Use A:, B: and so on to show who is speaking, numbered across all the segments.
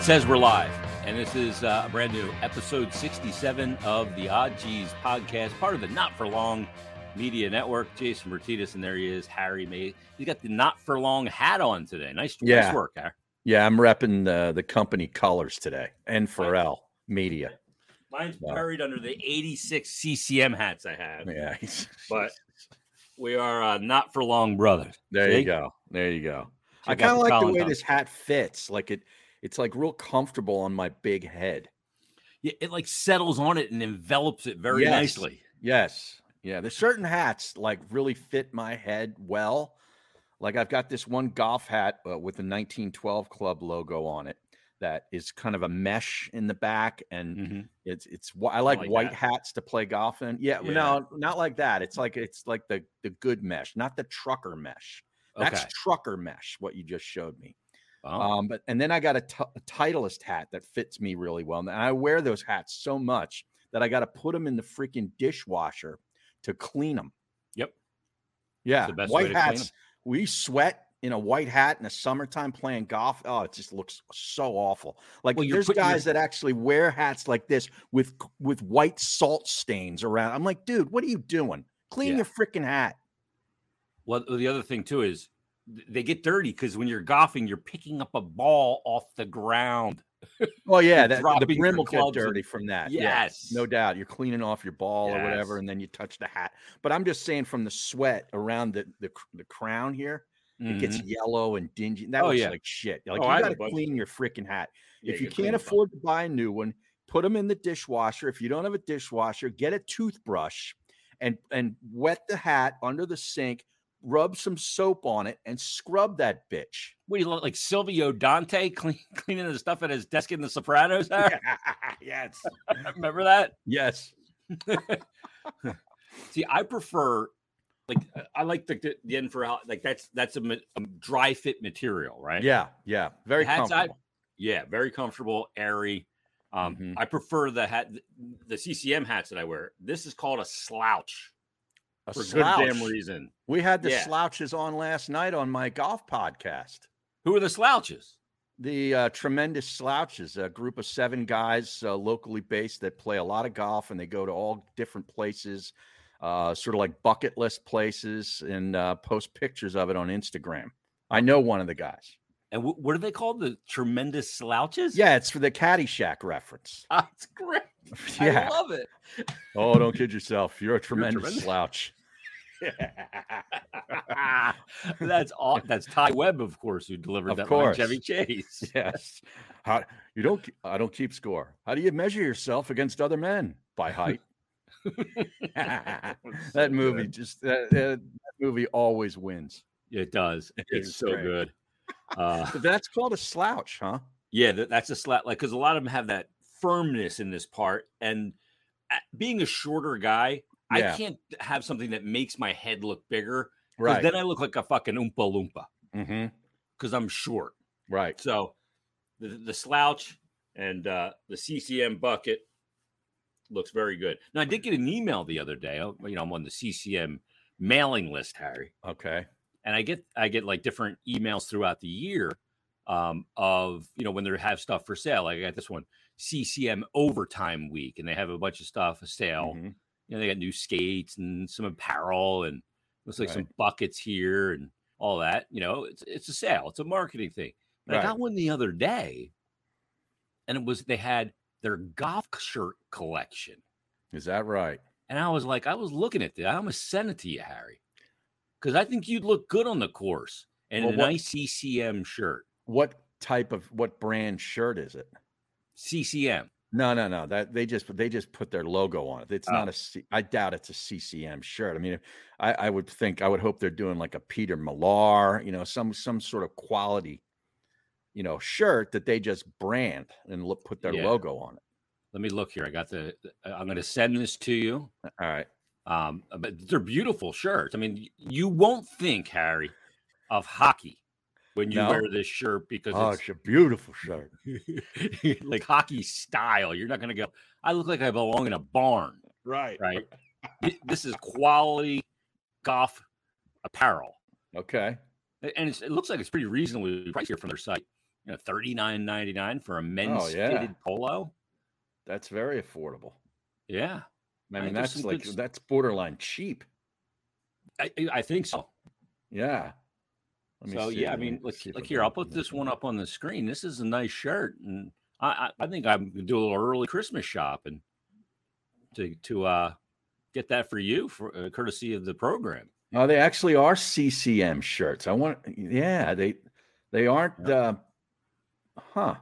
A: says we're live, and this is uh, brand new episode 67 of the Odd G's podcast, part of the Not For Long Media Network. Jason Martinez, and there he is, Harry May. He's got the Not For Long hat on today. Nice,
B: Yeah.
A: nice work, Harry.
B: Yeah, I'm repping uh, the company colors today and Pharrell Media.
A: Mine's
B: Wow.
A: buried under the 86 CCM hats I have,
B: Yeah, he's-
A: but we are uh, Not For Long brothers.
B: there
A: See?
B: you go. There you go.
A: So
B: I
A: you got
B: kind of like the
A: Colin
B: way
A: Tom.
B: this hat fits. Like it, it's like real comfortable on my big head.
A: Yeah, it like settles on it and envelops it very
B: Yes.
A: nicely.
B: Yes. Yeah. There's certain hats like really fit my head well. Like I've got this one golf hat uh, with the 1912 club logo on it that is kind of a mesh in the back and
A: Mm-hmm.
B: It's it's wh- I like,
A: like
B: white
A: that.
B: hats to play golf in. Yeah,
A: Yeah.
B: no, not like that. It's like it's like the the good mesh, not the trucker mesh. That's
A: Okay.
B: trucker mesh. What you just showed me.
A: Well,
B: Um, but and then I got a t- a Titleist hat that fits me really well, and I wear those hats so much that I got to put them in the freaking dishwasher to clean them.
A: Yep.
B: Yeah,
A: the best way
B: white
A: to clean 'em.
B: hats. We sweat in a white hat in the summertime playing golf. Oh, it just looks so awful. Like
A: Well, you're
B: there's
A: putting your-
B: guys that actually wear hats like this with c- with white salt stains around. I'm like, dude, what are you doing? Clean
A: Yeah.
B: your freaking hat.
A: Well, the other thing too is th- they get dirty because when you're golfing, you're picking up a ball off the ground.
B: Well, yeah,
A: You're
B: that, the
A: dropping
B: brim
A: your
B: will get
A: clubs and-
B: dirty from that. Yeah.
A: Yes.
B: No doubt. You're cleaning off your ball or whatever,
A: Yes.
B: and then you touch the hat. But I'm just saying, from the sweat around the the, cr- the crown here, it gets yellow and dingy. That
A: Mm-hmm. Oh,
B: looks
A: yeah.
B: like shit. Like
A: Oh, I have
B: you got
A: a bunch
B: to
A: of
B: clean your freaking hat.
A: Yeah,
B: if you
A: you're cleaning
B: can't
A: up.
B: afford to buy a new one, put them in the dishwasher. If you don't have a dishwasher, get a toothbrush and and wet the hat under the sink. Rub some soap on it and scrub that bitch.
A: What do you look like, Silvio Dante clean, cleaning the stuff at his desk in The Sopranos? Harry?
B: yes.
A: Remember that?
B: Yes.
A: See, I prefer like uh, I like the the, the end for out like that's that's a, ma- a dry fit material, right?
B: Yeah. Yeah. Very
A: Hats I-
B: comfortable.
A: yeah, very comfortable, airy. Um,
B: Mhm.
A: I prefer the hat, the CCM hats that I wear. This is called a slouch
B: a
A: for good damn
B: slouch.
A: reason.
B: We had the
A: Yeah.
B: slouches on last night on my golf podcast.
A: Who are the slouches?
B: The uh, tremendous slouches, a group of seven guys uh, locally based that play a lot of golf and they go to all different places, uh, sort of like bucket list places, and uh, post pictures of it on Instagram. I know one of the guys.
A: And wh- what are they called? The tremendous slouches?
B: Yeah, it's for the Caddyshack reference.
A: Ah, it's great. I
B: Yeah.
A: love it.
B: oh, don't kid yourself. You're a tremendous
A: tremendous.
B: slouch.
A: that's all. That's Ty Webb, of course, who delivered
B: Of
A: that line,
B: course.
A: Chevy Chase.
B: Yes. How you don't ke- I don't keep score. How do you measure yourself against other men? By height. that movie just that, that movie always wins.
A: It does. It's
B: is
A: so
B: great.
A: good. Uh,
B: But that's called a slouch, huh?
A: yeah, that, that's a slap. Like, because a lot of them have that firmness in this part, and uh, being a shorter guy,
B: Yeah.
A: I can't have something that makes my head look bigger. 'cause
B: Right.
A: Then I look like a fucking oompa loompa
B: hmm
A: because I'm short.
B: Right.
A: So the, the slouch and uh, the CCM bucket looks very good. Now I did get an email the other day. oh, You know, I'm on the CCM mailing list, Harry,
B: Okay.
A: and I get I get like different emails throughout the year um, of you know when they have stuff for sale. Like I got this one CCM overtime week, and they have a bunch of stuff for sale.
B: Mhm.
A: You know, they got new skates and some apparel, and looks like some buckets here and all that. You know, it's it's a sale. It's a marketing thing. But
B: Right.
A: I got one the other day, and it was they had their golf shirt collection,
B: Is that right?
A: and I was like, I was looking at that. I almost sent it to you, Harry, because I think you'd look good on the course and
B: Well,
A: an
B: what-
A: ICCM shirt.
B: What type of what brand shirt is it?
A: CCM.
B: No, no, no. That they just they just put their logo on it. It's
A: Oh.
B: not a C, I doubt it's a CCM shirt. I mean, I, I would think I would hope they're doing like a Peter Millar, you know, some some sort of quality, you know, shirt that they just brand and look, put their
A: Yeah.
B: logo on it.
A: Let me look here. I got the. I'm going to send this to you.
B: All right.
A: Um, but they're beautiful shirts. I mean, y- you won't think, Harry, of hockey when you
B: No.
A: wear this shirt because Mm-hmm.
B: Oh, it's a beautiful shirt.
A: it's like hockey style. You're not going to go, I look like I belong in a barn,
B: Right.
A: right? Y- this is quality golf apparel.
B: Okay.
A: A- And it's, it looks like it's pretty reasonably priced here from their site. you know, thirty nine ninety nine for a men's
B: Oh, yeah.
A: fitted polo.
B: That's very affordable.
A: Yeah,
B: I
A: I
B: mean,
A: think there's
B: that's
A: some
B: like
A: good s-
B: that's borderline cheap.
A: I, I think so.
B: Yeah.
A: so yeah, I mean, look, look here. I'll put this one up on the screen. This is a nice shirt, and I, I, I think I'm gonna do a little early Christmas shopping to to uh, get that for you, for uh, courtesy of the program.
B: Oh, they actually are CCM shirts. I want. Yeah, they they aren't. Uh, huh.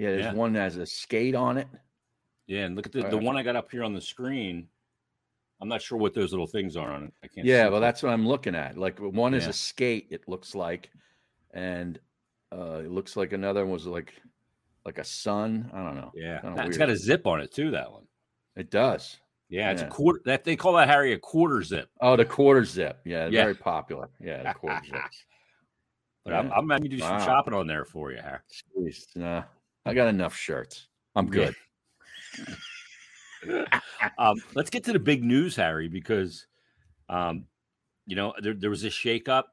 B: Yeah, there's
A: Yeah.
B: one that has a skate on it.
A: Yeah, and look at the,
B: All
A: the
B: right.
A: one I got up here on the screen. I'm not sure what those little things are on it. I can't.
B: yeah,
A: see
B: well,
A: them.
B: that's what I'm looking at. Like one is
A: Yeah.
B: a skate, it looks like, and uh, it looks like another one was like like a sun. I don't know.
A: yeah.
B: kinda
A: That- It's
B: weird.
A: got a zip on it too. That one.
B: It does.
A: Yeah, it's
B: Yeah.
A: a quarter. That they call that Harry a quarter zip.
B: Oh, the quarter zip. Yeah,
A: Yeah.
B: very popular. Yeah, the quarter zips.
A: But I'm,
B: Yeah.
A: I'm going to do some
B: Wow.
A: shopping on there for you, Harry.
B: Jeez, nah, I got enough shirts. I'm
A: Yeah.
B: good.
A: um, let's get to the big news, Harry, because um, you know there, there was a shakeup,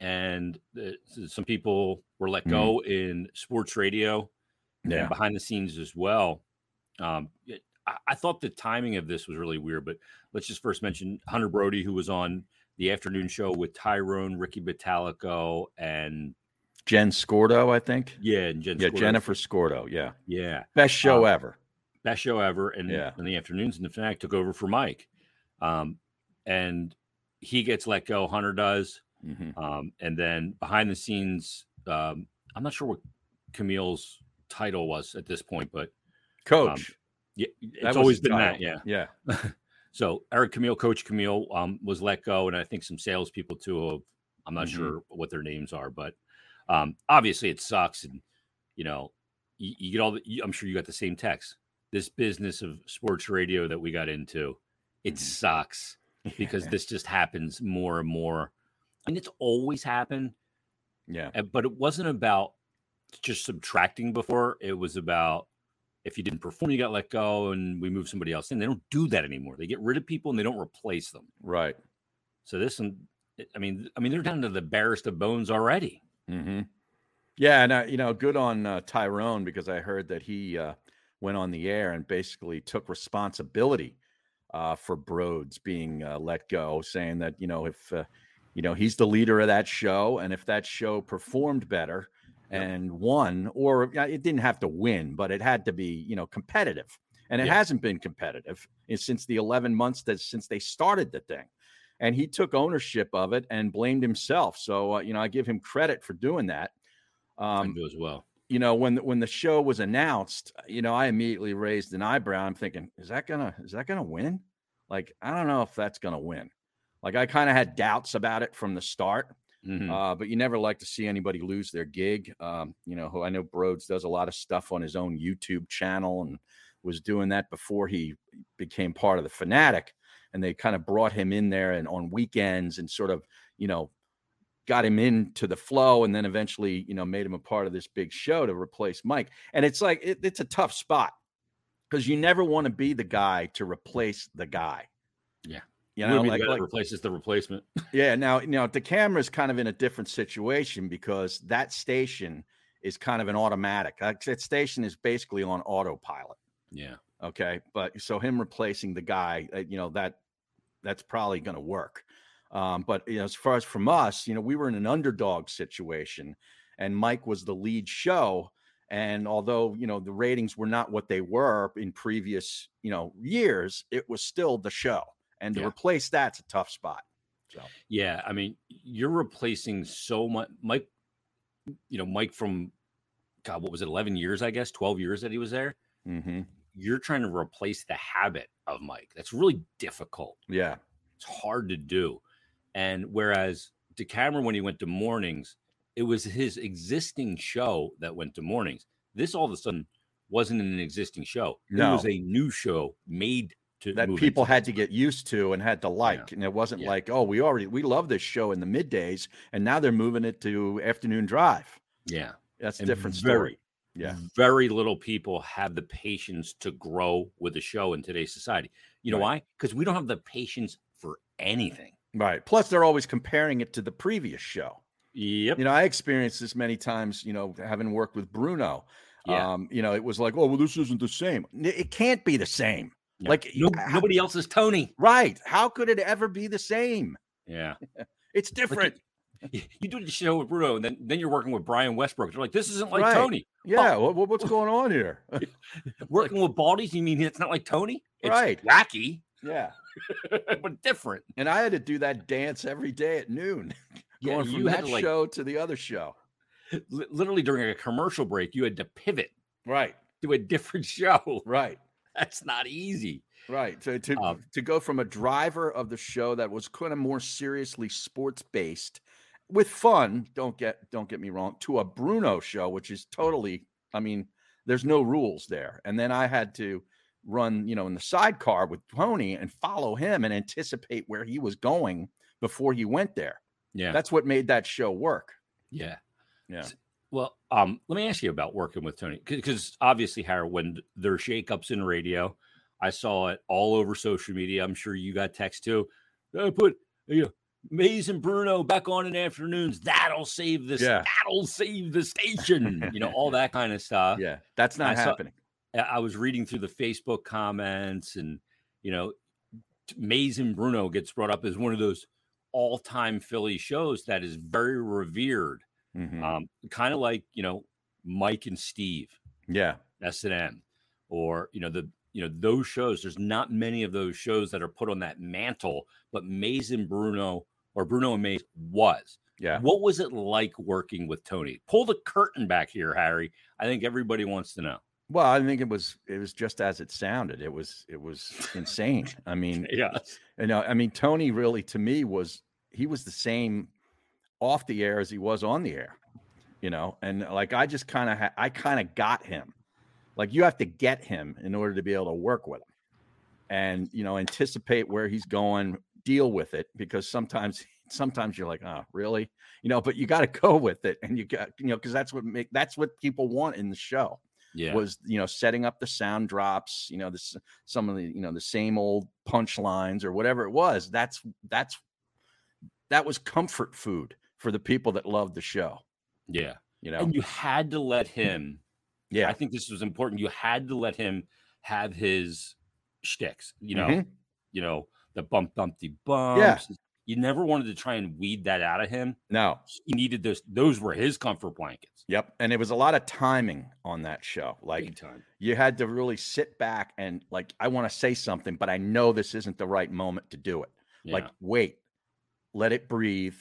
A: and uh, s- some people were let
B: Mhm.
A: go in sports radio
B: Yeah.
A: and behind the scenes as well. Um, it- I, I thought the timing of this was really weird, but let's just first mention Hunter Brody, who was on the afternoon show with Tyrone, Ricky Batalico, and
B: Jen Scordo, I think.
A: yeah, and Jen
B: Yeah,
A: Scordo.
B: Jennifer Scordo. Yeah.
A: yeah.
B: Best show
A: Uh,
B: ever.
A: best show ever. And
B: Yeah.
A: in the afternoons, and the Fanatic took over for Mike. Um, and he gets let go, Hunter does.
B: Mhm.
A: Um, and then behind the scenes, um, I'm not sure what Camille's title was at this point, but
B: Coach.
A: yeah,
B: that was
A: Um, it's always
B: the
A: been that.
B: title.
A: Yeah.
B: Yeah.
A: So Eric Camille, Coach Camille, um, was let go, and I think some salespeople too. Of, I'm not
B: Mhm.
A: sure what their names are, but um, obviously it sucks, and you know, you, you get all. The, you, I'm sure you got the same text. This business of sports radio that we got into, it
B: Mhm.
A: sucks because this just happens more and more, and it's always happened.
B: Yeah.
A: uh, But it wasn't about just subtracting before. It was about if you didn't perform, you got let go, and we move somebody else in. They don't do that anymore. They get rid of people and they don't replace them.
B: Right.
A: So this one, I mean, I mean, they're down to the barest of bones already. Mm-hmm.
B: hmm Yeah, and I, you know, good on uh, Tyrone because I heard that he uh, went on the air and basically took responsibility uh, for Broads being uh, let go, saying that you know if uh, you know he's the leader of that show, and if that show performed better
A: Yep.
B: and won, or uh, it didn't have to win, but it had to be you know competitive, and it
A: Yeah.
B: hasn't been competitive i- since the eleven months that since they started the thing and he took ownership of it and blamed himself. So uh, you know, I give him credit for doing that.
A: I
B: Um,
A: do as well.
B: you know, when when the show was announced, uh, you know, I immediately raised an eyebrow. I'm thinking, is that gonna is that gonna win? Like, I don't know if that's gonna win. Like, I kind of had doubts about it from the start.
A: Mhm.
B: Uh, but you never like to see anybody lose their gig. Um, you know, who I know Broads does a lot of stuff on his own YouTube channel and was doing that before he became part of the Fanatic. And they kind of brought him in there and on weekends and sort of, you know, got him into the flow and then eventually, you know, made him a part of this big show to replace Mike. And it's like, it, it's a tough spot because you never want to be the guy to replace the guy.
A: Yeah.
B: You
A: We'll
B: know,
A: be the
B: like,
A: guy that
B: like
A: replaces the replacement.
B: yeah, now now the camera's kind of in a different situation because that station is kind of an automatic. Like, That station is basically on autopilot.
A: Yeah.
B: Okay, but so him replacing the guy, uh, you know that that's probably going to work. Um, but you know, as far as from us, you know, we were in an underdog situation, and Mike was the lead show. And although you know the ratings were not what they were in previous you know years, it was still the show. And to
A: Yeah.
B: replace that's a tough spot. So.
A: Yeah. I mean, you're replacing so much. Mike, you know, Mike from, God, what was it, 11 years, I guess, 12 years that he was there?
B: Mm-hmm.
A: You're trying to replace the habit of Mike. That's really difficult.
B: Yeah.
A: It's hard to do. And whereas DeCameron, when he went to mornings, it was his existing show that went to mornings. This all of a sudden wasn't an existing show. It was
B: No.
A: a new show made to
B: That
A: move
B: people
A: into
B: had to
A: this.
B: get used to and had to like. And it wasn't
A: Yeah.
B: like, oh, we already we love this show in the middays, and now they're moving it to afternoon drive.
A: Yeah.
B: That's a
A: And
B: different
A: very-
B: story. Yeah.
A: Very little people have the patience to grow with a show in today's society. You know why? Because we don't have the patience for anything.
B: Right. Plus, they're always comparing it to the previous show.
A: Yep.
B: You know, I experienced this many times, you know, having worked with Bruno.
A: Yeah.
B: Um, you know, it was like, oh, well, this isn't the same. N- It can't be the same.
A: Yeah.
B: Like,
A: No-
B: how-
A: nobody else is Tony.
B: right. How could it ever be the same?
A: Yeah.
B: It's different.
A: You you do the show with Bruno, and then, then you're working with Brian Westbrook. They're like, this isn't like
B: Right.
A: Tony.
B: yeah. What, what- what's going on here?
A: Working with Baldies, you mean it's not like Tony? It's
B: Right.
A: wacky,
B: yeah.
A: but different.
B: And I had to do that dance every day at noon, going from
A: you had
B: that
A: to like
B: show to the other show.
A: li- literally during a commercial break, you had to pivot
B: Right.
A: to a different show.
B: Right.
A: That's not easy.
B: Right. To to,
A: Um,
B: to go from a driver of the show that was kind of more seriously sports based with fun, don't get don't get me wrong, to a Bruno show, which is totally I mean, there's no rules there. And then I had to run, you know, in the sidecar with Tony and follow him and anticipate where he was going before he went there.
A: Yeah.
B: That's what made that show work.
A: yeah.
B: Yeah.
A: S- Well, um, let me ask you about working with Tony because obviously, Harry, when there are shakeups in radio, I saw it all over social media. I'm sure you got text too. I put you know, Mays and Bruno back on in afternoons. That'll save this.
B: Yeah.
A: That'll save the station. you know, all that kind of stuff.
B: Yeah. That's
A: Uh, I
B: not
A: saw-
B: happening.
A: I I was reading through the Facebook comments, and you know, t- Mays and Bruno gets brought up as one of those all-time Philly shows that is very revered,
B: Mhm.
A: um, kind of like you know Mike and Steve,
B: yeah.
A: S and M, or you know the you know those shows. There's not many of those shows that are put on that mantle, but Mays and Bruno or Bruno and Mays was.
B: Yeah.
A: What was it like working with Tony? Pull the curtain back here, Harry. I think everybody wants to know.
B: Well, I think it was it was just as it sounded. It was it was insane. I mean,
A: Yeah.
B: you know, I mean, Tony really to me was he was the same off the air as he was on the air, you know, and uh, like I just kind of ha- I kind of got him. Like you have to get him in order to be able to work with him, and you know, anticipate where he's going, deal with it because sometimes sometimes you're like, oh, really, you know, but you got to go with it, and you got you know because that's what make that's what people want in the show
A: Yeah.
B: was you know setting up the sound drops you know this some of the you know the same old punchlines or whatever it was that's that's that was comfort food for the people that loved the show
A: Yeah.
B: you know
A: And you had to let him. I
B: yeah
A: think this was important. You had to let him have his shticks. You know,
B: Mhm.
A: you know the bump, bumpty bumps. You never wanted to try and weed that out of him.
B: no
A: He needed those. Those were his comfort blankets.
B: yep and it was a lot of timing on that show
A: Big
B: like
A: time.
B: you had to really sit back and like i want to say something but i know this isn't the right moment to do it
A: Like
B: Like, wait, let it breathe,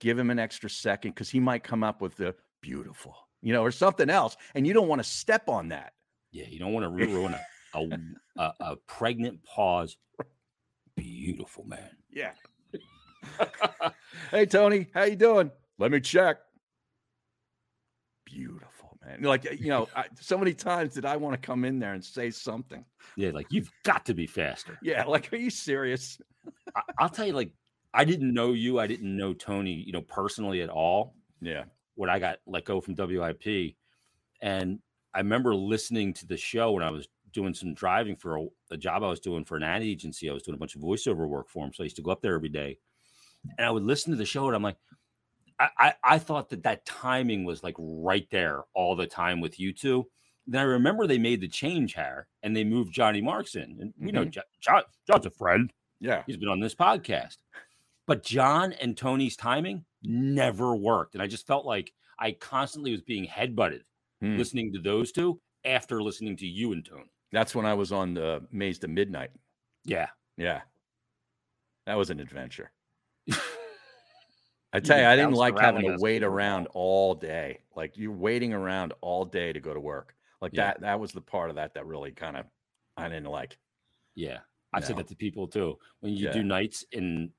B: give him an extra second because he might come up with the beautiful, you know, or something else. And you don't want to step on that.
A: yeah, you don't want to ruin a, a a a pregnant pause. Beautiful man.
B: Yeah. hey, Tony, how you doing? Let me check. Beautiful, man. Like, eh, you know, I, so many times did I want to come in there and say something.
A: Yeah, like you've got to be faster.
B: Yeah. Like, are you serious?
A: I, I'll tell you, like I didn't know you. I didn't know Tony. You know, personally at all.
B: Yeah.
A: when I got let go from WIP. And I remember listening to the show when I was doing some driving for a, a job I was doing for an ad agency. I was doing a bunch of voiceover work for him. So I used to go up there every day and I would listen to the show and I'm like, I, I, I thought that that timing was like right there all the time with you two. Then I remember they made the change here and they moved Johnny Marks in. And we know
B: Mhm.
A: Jo- John, John's a friend.
B: Yeah.
A: He's been on this podcast. But John and Tony's timing never worked. And I just felt like I constantly was being headbutted
B: Hmm.
A: listening to those two after listening to you and Tony.
B: That's when I was on the Maze to Midnight.
A: Yeah.
B: Yeah. That was an adventure. I
A: You
B: tell you,
A: get
B: I didn't
A: bounced
B: like
A: around
B: having
A: like a
B: to wait
A: squirrel.
B: around all day. Like you're waiting around all day to go to work. Like
A: Yeah.
B: that that was the part of that that really kind of I didn't like.
A: Yeah. I said
B: No.
A: that to people too. When you do
B: Yeah.
A: nights in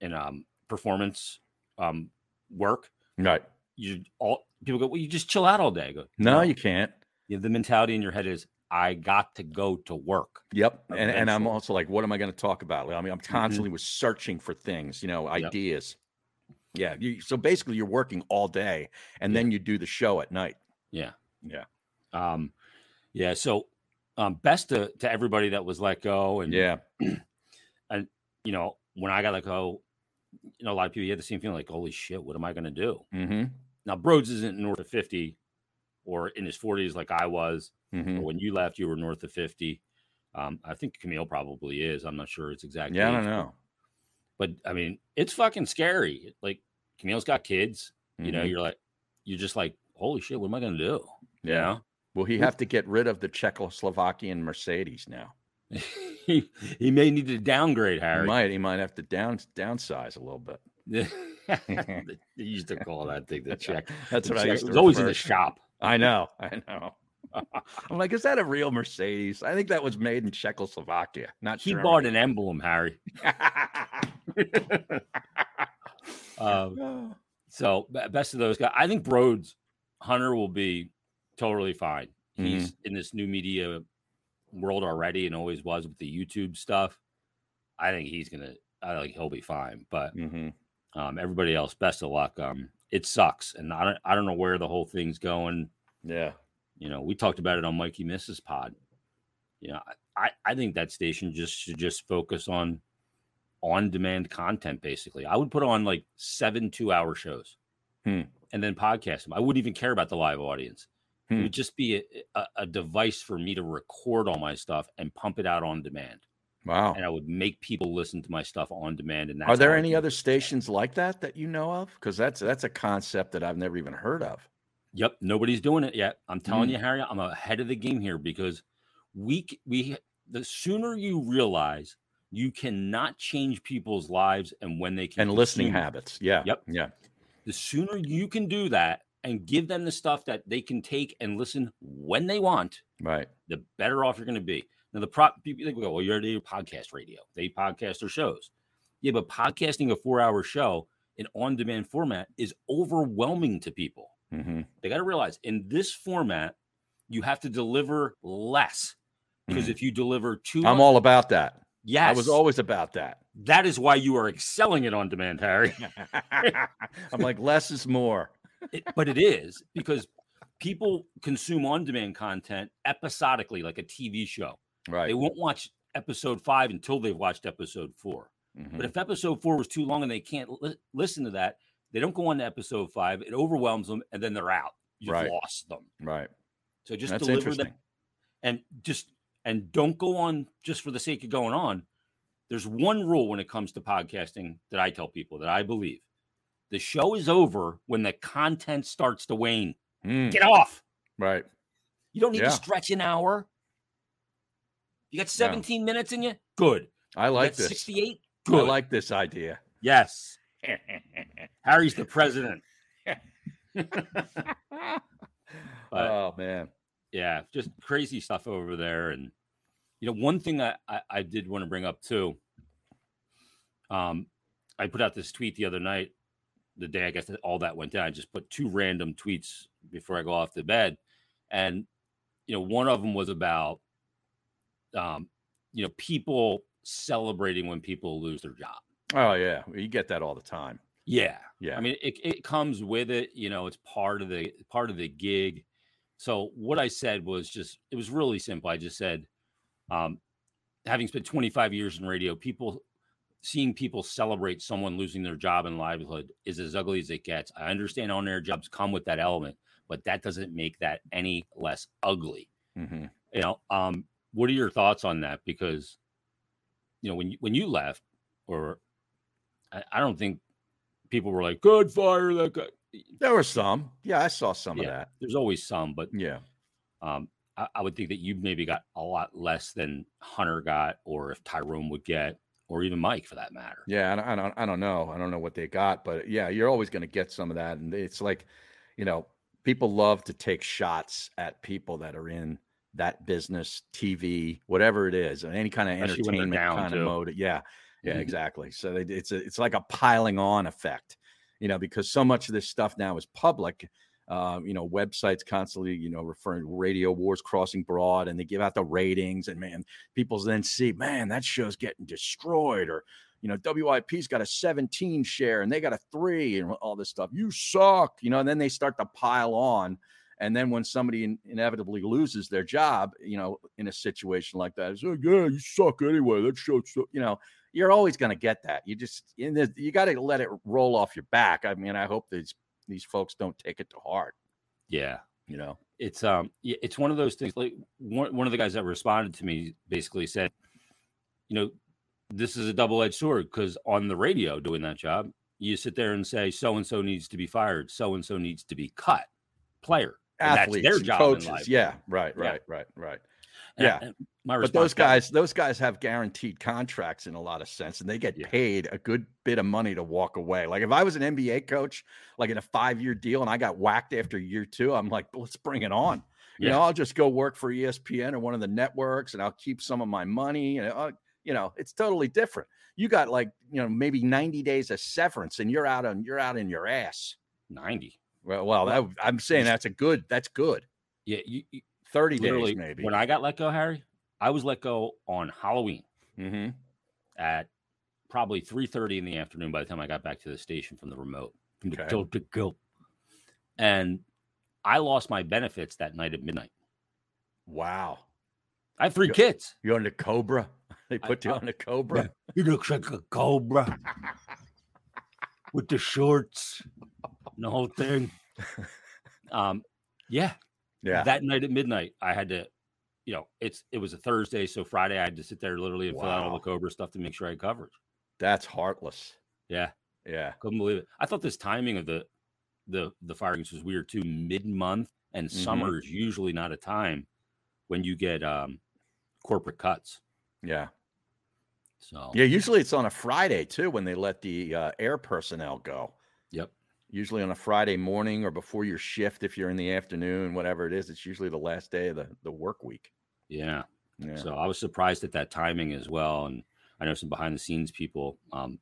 A: in um performance um work,
B: Right.
A: you all people go, Well, you just chill out all day. I go,
B: No, you can't.
A: you know, the mentality in your head is I got to go to work.
B: Yep. And and I'm
A: Eventually. Mm-hmm.
B: also like, what am I going to talk about? Like, I mean, I'm constantly was searching for things, you know,
A: Yep.
B: ideas. Yeah. You, so basically you're working all day and
A: Yeah.
B: then you do the show at night.
A: Yeah.
B: Yeah.
A: Um, yeah. So um best to, to everybody that was let go and
B: Yeah.
A: you know, when I got let go, you know, a lot of people you had the same feeling like, holy shit, what am I going to do?
B: Mm-hmm.
A: Now, Broads isn't north of 50 or in his 40s like I was.
B: Mm-hmm.
A: Or when you left, you were north of 50. Um, I think Camille probably is. I'm not sure it's exactly.
B: Yeah, I don't know.
A: But I mean, it's fucking scary. Like Camille's got kids. You know,
B: Mhm.
A: you're like, you're just like, holy shit, what am I going to do? You
B: yeah.
A: know?
B: Will he have to get rid of the Czechoslovakian Mercedes now?
A: he, he may need to downgrade
B: He
A: Harry.
B: might. He might have to down downsize a little bit.
A: they used to call that thing the check.
B: That's what I
A: It
B: used to
A: was always in
B: refer-
A: the shop.
B: I know. I know. I'm like, is that a real Mercedes? I think that was made in Czechoslovakia, not
A: He
B: Germany.
A: bought an emblem, Harry. Um,
B: Oh,
A: so be- best of those guys. I think Broads Hunter will be totally fine.
B: Mm-hmm.
A: He's in this new media world already, and always was with the YouTube stuff. I think he's gonna. I think he'll be fine. But
B: mhm.
A: um, everybody else, best of luck. Um, it sucks, and I don't. I don't know where the whole thing's going.
B: Yeah.
A: You know, we talked about it on Mikey Mrs. Pod. You know, I, I think that station just should just focus on on demand content basically. I would put on like seven two hour shows
B: Hmm.
A: and then podcast them. I wouldn't even care about the live audience. It
B: Hmm.
A: would just be a, a, a device for me to record all my stuff and pump it out on demand.
B: Wow.
A: And I would make people listen to my stuff on demand. And that's
B: Are there
A: how I
B: any
A: can-
B: other stations like that that you know of? Because that's that's a concept that I've never even heard of.
A: Yep, nobody's doing it yet. I'm telling
B: Mm.
A: you, Harry, I'm ahead of the game here because we c- we the sooner you realize you cannot change people's lives and when they can
B: And listening
A: consume it,
B: habits. Yeah.
A: Yep.
B: Yeah.
A: the sooner you can do that and give them the stuff that they can take and listen when they want,
B: Right.
A: the better off you're going to be. Now, the prop people think, well, you already do podcast radio. They podcast their shows. Yeah, but podcasting a four hour show in on demand format is overwhelming to people
B: Mm-hmm.
A: they got to realize in this format, you have to deliver less because
B: Mhm.
A: if you deliver 2
B: I'm all about that.
A: yes,
B: I was always about that.
A: that is why you are excelling it on demand, Harry.
B: I'm like less is more.
A: It- but it is because people consume on demand content episodically, like a TV show.
B: Right.
A: They won't watch episode five until they've watched episode 4
B: Mhm.
A: But if episode four was too long and they can't li- listen to that, they don't go on to episode five. It overwhelms them and then they're out. You've
B: Right.
A: lost them.
B: Right.
A: So just
B: That's
A: deliver
B: interesting.
A: them and just and don't go on just for the sake of going on. There's one rule when it comes to podcasting that I tell people that I believe. The show is over when the content starts to wane.
B: Mm,
A: Get off.
B: Right.
A: You don't need
B: Yeah.
A: to stretch an hour. You got
B: No.
A: 17 minutes in you? Good.
B: I
A: You
B: like
A: got
B: this.
A: 68?
B: I
A: Good.
B: like this idea.
A: yes. Harry's the president.
B: oh man.
A: yeah, just crazy stuff over there. And you know, one thing I I, I did want to bring up too. Um, I put out this tweet the other night, the day I guess that all that went down. I just put two random tweets before I go off to bed, and you know, one of them was about, um, you know, people celebrating when people lose their job.
B: Oh yeah. You get that all the time.
A: Yeah,
B: Yeah.
A: I mean, it, it comes with it. You know, it's part of the part of the gig. So what I said was just it was really simple. I just said, um, having spent 25 years in radio, people seeing people celebrate someone losing their job and livelihood is as ugly as it gets. I understand on-air jobs come with that element, but that doesn't make that any less ugly.
B: Mhm.
A: You know, um, what are your thoughts on that? Because you know, when you, when you left, or I, I don't think people were like, "Good fire that guy."
B: There were some. Yeah, I saw some of
A: Yeah.
B: that.
A: There's always some, but
B: Yeah.
A: um, I, I would think that you maybe got a lot less than Hunter got, or if Tyrone would get, or even Mike for that matter.
B: Yeah, I don't, I don't, I don't know. I don't know what they got, but yeah, you're always going to get some of that, and it's like, you know, people love to take shots at people that are in that business, TV, whatever it is, and any kind of
A: Especially when they're
B: entertainment
A: down,
B: kind
A: too.
B: of mode. Yeah, yeah,
A: Mhm.
B: exactly. So they, it's a, it's like a piling on effect, you know, because so much of this stuff now is public. Uh, you know, websites constantly, you know, referring radio wars crossing broad, and they give out the ratings, and man, people then see, man, that show's getting destroyed, or you know, WIP's got a 17 share and they got a three and all this stuff. You suck, you know, and then they start to pile on. And then when somebody in- inevitably loses their job, you know, in a situation like that, it's like, yeah, you suck anyway. That show, you know, you're always going to get that. You just in the, you got to let it roll off your back. I mean, I hope these these folks don't take it to heart.
A: Yeah,
B: You know,
A: it's um yeah, it's one of those things like one, one of the guys that responded to me basically said you know this is a double-edged sword because on the radio doing that job you sit there and say so and so needs to be fired so and so needs to be cut player And that's
B: athletes,
A: their
B: and
A: job in
B: coaches.
A: life.
B: Yeah, right,
A: Yeah.
B: right, right, right.
A: And I-
B: Yeah.
A: and my
B: But
A: response
B: those
A: to that-
B: guys, those guys have guaranteed contracts in a lot of sense, and they get
A: Yeah.
B: paid a good bit of money to walk away. Like if I was an NBA coach, like in a five-year deal, and I got whacked after year two, I'm like, let's bring it on. You
A: Yeah.
B: know, I'll just go work for E ESPN or one of the networks, and I'll keep some of my money. And I'll, you know, it's totally different. You got like you know maybe 90 days of severance, and you're out on you're out in your ass.
A: 90
B: Well, well, that, I'm saying that's a good. That's good.
A: yeah you, you-
B: 30
A: literally
B: days maybe.
A: when i got let go harry i was let go on halloween
B: mm-hmm.
A: at probably 3.30 in the afternoon by the time i got back to the station from the remote from the
B: Okay.
A: go to go and i lost my benefits that night at midnight
B: Wow.
A: i have three
B: Yeah.
A: kids
B: You're on the Cobra. They
A: I-
B: put you
A: I-
B: on the Cobra.
A: he looks like a cobra with the shorts and the whole thing um yeah
B: Yeah.
A: that night at midnight i had to you know it's it was a thursday so friday i had to sit there literally and fill out all
B: Wow.
A: the cobra stuff to make sure i had coverage
B: That's heartless.
A: yeah
B: Yeah.
A: Couldn't believe it. I thought this timing of the the the firings was weird too. Mid month and
B: Mm-hmm.
A: summer is usually not a time when you get um corporate cuts.
B: Yeah.
A: So
B: Yeah. Usually it's on a Friday too when they let the uh, air personnel go.
A: Yep.
B: Usually on a Friday morning or before your shift, if you're in the afternoon, whatever it is, it's usually the last day of the, the work week.
A: yeah.
B: Yeah.
A: So I was surprised at that timing as well. And I know some behind the scenes people um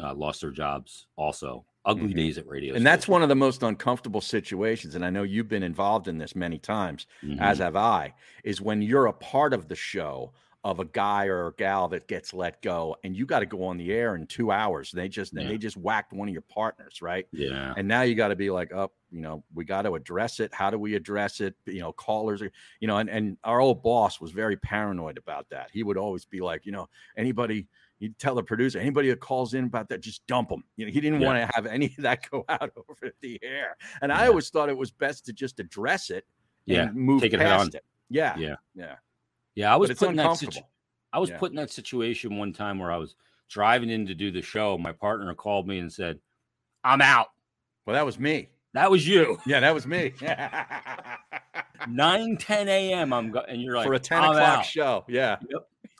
A: uh, lost their jobs also. Ugly
B: Mhm.
A: days at radio.
B: and that's one of the most uncomfortable situations. And I know you've been involved in this many times.
A: stations. Mhm.
B: as have I, is when you're a part of the show of a guy or a gal that gets let go and you got to go on the air in two hours. They just
A: Yeah.
B: they just whacked one of your partners, right?
A: yeah.
B: And now you got to be like, oh, you know, we got to address it. How do we address it? You know, callers are, you know, and, and our old boss was very paranoid about that. He would always be like, you know, anybody, he'd tell the producer, anybody that calls in about that, just dump them. You know, he didn't
A: Yeah.
B: want to have any of that go out over the air. And I
A: Yeah.
B: always thought it was best to just address it
A: Yeah.
B: and move
A: Take it head
B: past
A: on.
B: it. Yeah.
A: Yeah.
B: Yeah.
A: Yeah. I was
B: But it's
A: putting that situ-
B: uncomfortable.
A: I was
B: Yeah.
A: put in that situation one time where I was driving in to do the show. My partner called me and said, I'm out.
B: Well, that was me.
A: That was you.
B: Yeah, that was me.
A: Nine ten a.m. I'm go- and you're like,
B: For a 10
A: "I'm
B: o'clock
A: out."
B: show. Yeah.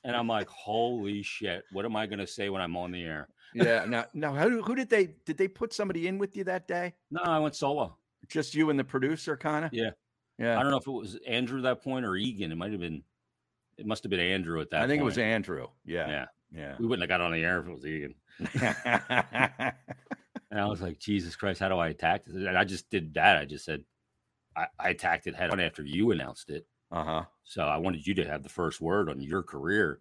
A: And I'm like, holy shit, what am I going to say when I'm on the air?
B: Yeah. Now, now who, who did they did they put somebody in with you that day?
A: No, I went solo.
B: Just you and the producer, kind of.
A: Yeah. I
B: Yeah.
A: don't know if it was Andrew at that point or Egan. It might have been, it must have been Andrew at that
B: I, think it
A: point.
B: was Andrew. Yeah.
A: Yeah.
B: Yeah.
A: We wouldn't have got on the air if it was Egan. And I was like, Jesus Christ, how do I attack this? And I just did that. I just said, I, I attacked it head on after you announced it.
B: uh huh.
A: So I wanted you to have the first word on your career.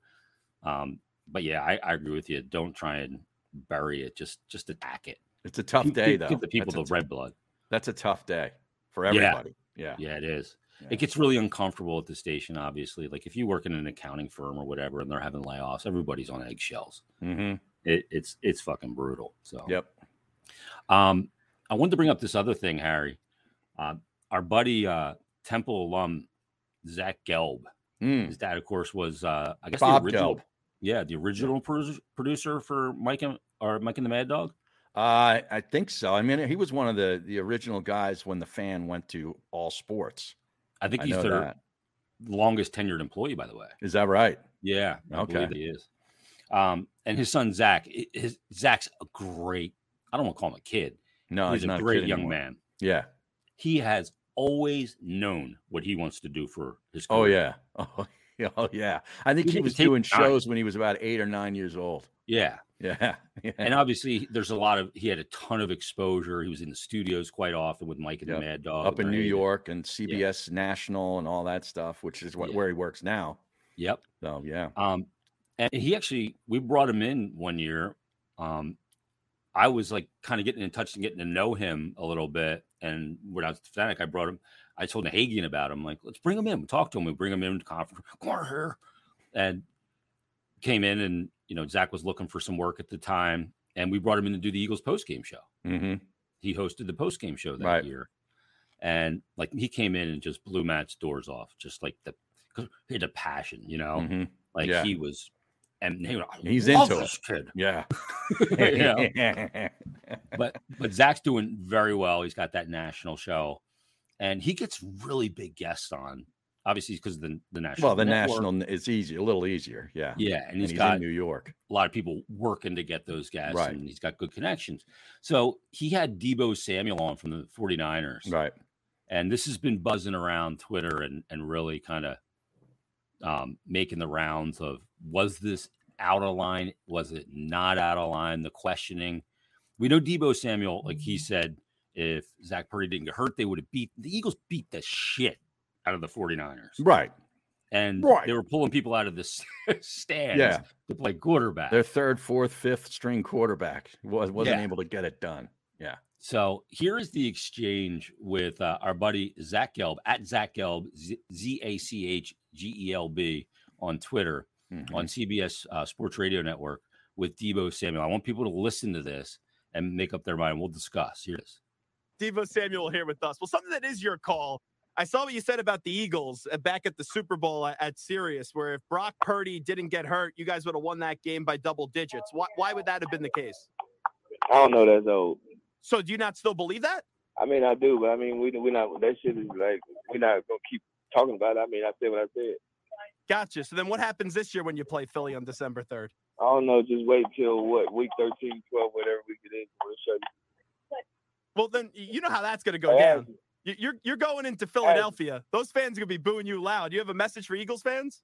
A: Um, but yeah, I, I agree with you. Don't try and bury it. Just just attack it.
B: It's a tough
A: Give-
B: day,
A: give-
B: though.
A: Give the people
B: that's,
A: the
B: a,
A: red blood.
B: that's a tough day for
A: Yeah.
B: everybody. Yeah.
A: Yeah, it is.
B: Yeah.
A: It gets really uncomfortable at the station, obviously. Like if you work in an accounting firm or whatever and they're having layoffs, everybody's on eggshells.
B: Mm-hmm.
A: It, it's it's fucking brutal. So
B: Yep.
A: um, I wanted to bring up this other thing, Harry. Uh, our buddy uh, Temple alum Zach Gelb.
B: Mm.
A: His dad, of course, was uh, I guess
B: Bob
A: the original.
B: Gelb.
A: Yeah, the original produ- producer for Mike and or Mike and the Mad Dog.
B: Uh, I think so. I mean, he was one of the the original guys when the fan went to all sports.
A: I think
B: I
A: he's
B: know
A: their
B: that.
A: longest tenured employee, by the way.
B: Is that right?
A: Yeah, I believe
B: Okay.
A: he is. Um, and his son Zach, i- his Zach's a great. I don't want to call him a kid.
B: No,
A: he's
B: not
A: a
B: kid
A: great young
B: anymore.
A: man.
B: Yeah.
A: He has always known what he wants to do for his. Career.
B: Oh yeah. Oh yeah. Oh yeah. I think
A: You
B: he
A: need to
B: was
A: take
B: doing
A: time.
B: shows when he was about eight or nine years old.
A: yeah.
B: Yeah. yeah.
A: And obviously, there's a lot of. He had a ton of exposure. He was in the studios quite often with Mike and
B: Yep.
A: the Mad Dog
B: Up in New
A: Bernie.
B: York and CBS National and all that stuff, which is what
A: Yeah.
B: where he works now.
A: Yep.
B: So yeah.
A: Um, and he actually, we brought him in one year. Um, I was like kind of getting in touch and getting to know him a little bit. And when I was at the Fanatic, I brought him, I told Hagian about him, like, let's bring him in, talk to him. We bring him in to conference, come on here. And came in and you know, Zach was looking for some work at the time, and we brought him in to do the Eagles post game show.
B: Mm-hmm.
A: He hosted the post game show that
B: Right.
A: year, and like he came in and just blew Matt's doors off, just like the 'cause he had a passion, you know,
B: Mhm.
A: like
B: Yeah.
A: he was, and he, I
B: He's
A: love
B: into it.
A: this kid.
B: Yeah.
A: You know? but but Zach's doing very well. He's got that national show, and he gets really big guests on. Obviously, because of the the national.
B: Well, the
A: network.
B: national it's easy, a little easier. Yeah.
A: Yeah, and
B: And he's
A: he's got
B: in New York.
A: a lot of people working to get those guests,
B: Right.
A: and he's got good connections. So he had Debo Samuel on from the 49ers,
B: Right.
A: and this has been buzzing around Twitter and and really kind of um, making the rounds of was this out of line? Was it not out of line? The questioning. We know Debo Samuel, like
B: Mm-hmm.
A: he said, if Zach Purdy didn't get hurt, they would have beat the Eagles beat the shit out of the 49ers.
B: Right.
A: And
B: Right.
A: they were pulling people out of the s- stands
B: Yeah.
A: to play quarterback.
B: Their third, fourth, fifth string quarterback was, wasn't
A: Yeah.
B: able to get it done. Yeah.
A: So here is the exchange with uh, our buddy Zach Gelb at Zach Gelb Z A C H G E L B on Twitter
B: Mhm.
A: on CBS uh, Sports Radio Network with Debo Samuel. I want people to listen to this and make up their mind. We'll discuss. Here it is.
C: Devo Samuel here with us. Well, something that is your call. I saw what you said about the Eagles uh, back at the Super Bowl at, at Sirius, where if Brock Purdy didn't get hurt, you guys would have won that game by double digits. Why, why would that have been the case?
D: I don't know that though.
C: So, do you not still believe that?
D: I mean, I do, but I mean, we we not that shit is like we're not gonna keep talking about it. I mean, I said what I said.
C: Gotcha. So, then what happens this year when you play Philly on December 3rd?
D: I don't know. Just wait till what week 13, 12, whatever week it is. We'll show you.
C: Well, then y- you know how that's going to go
D: Hey,
C: down. You- You're, you're going into Philadelphia. Those fans are going to be booing you loud. You have a message for Eagles fans?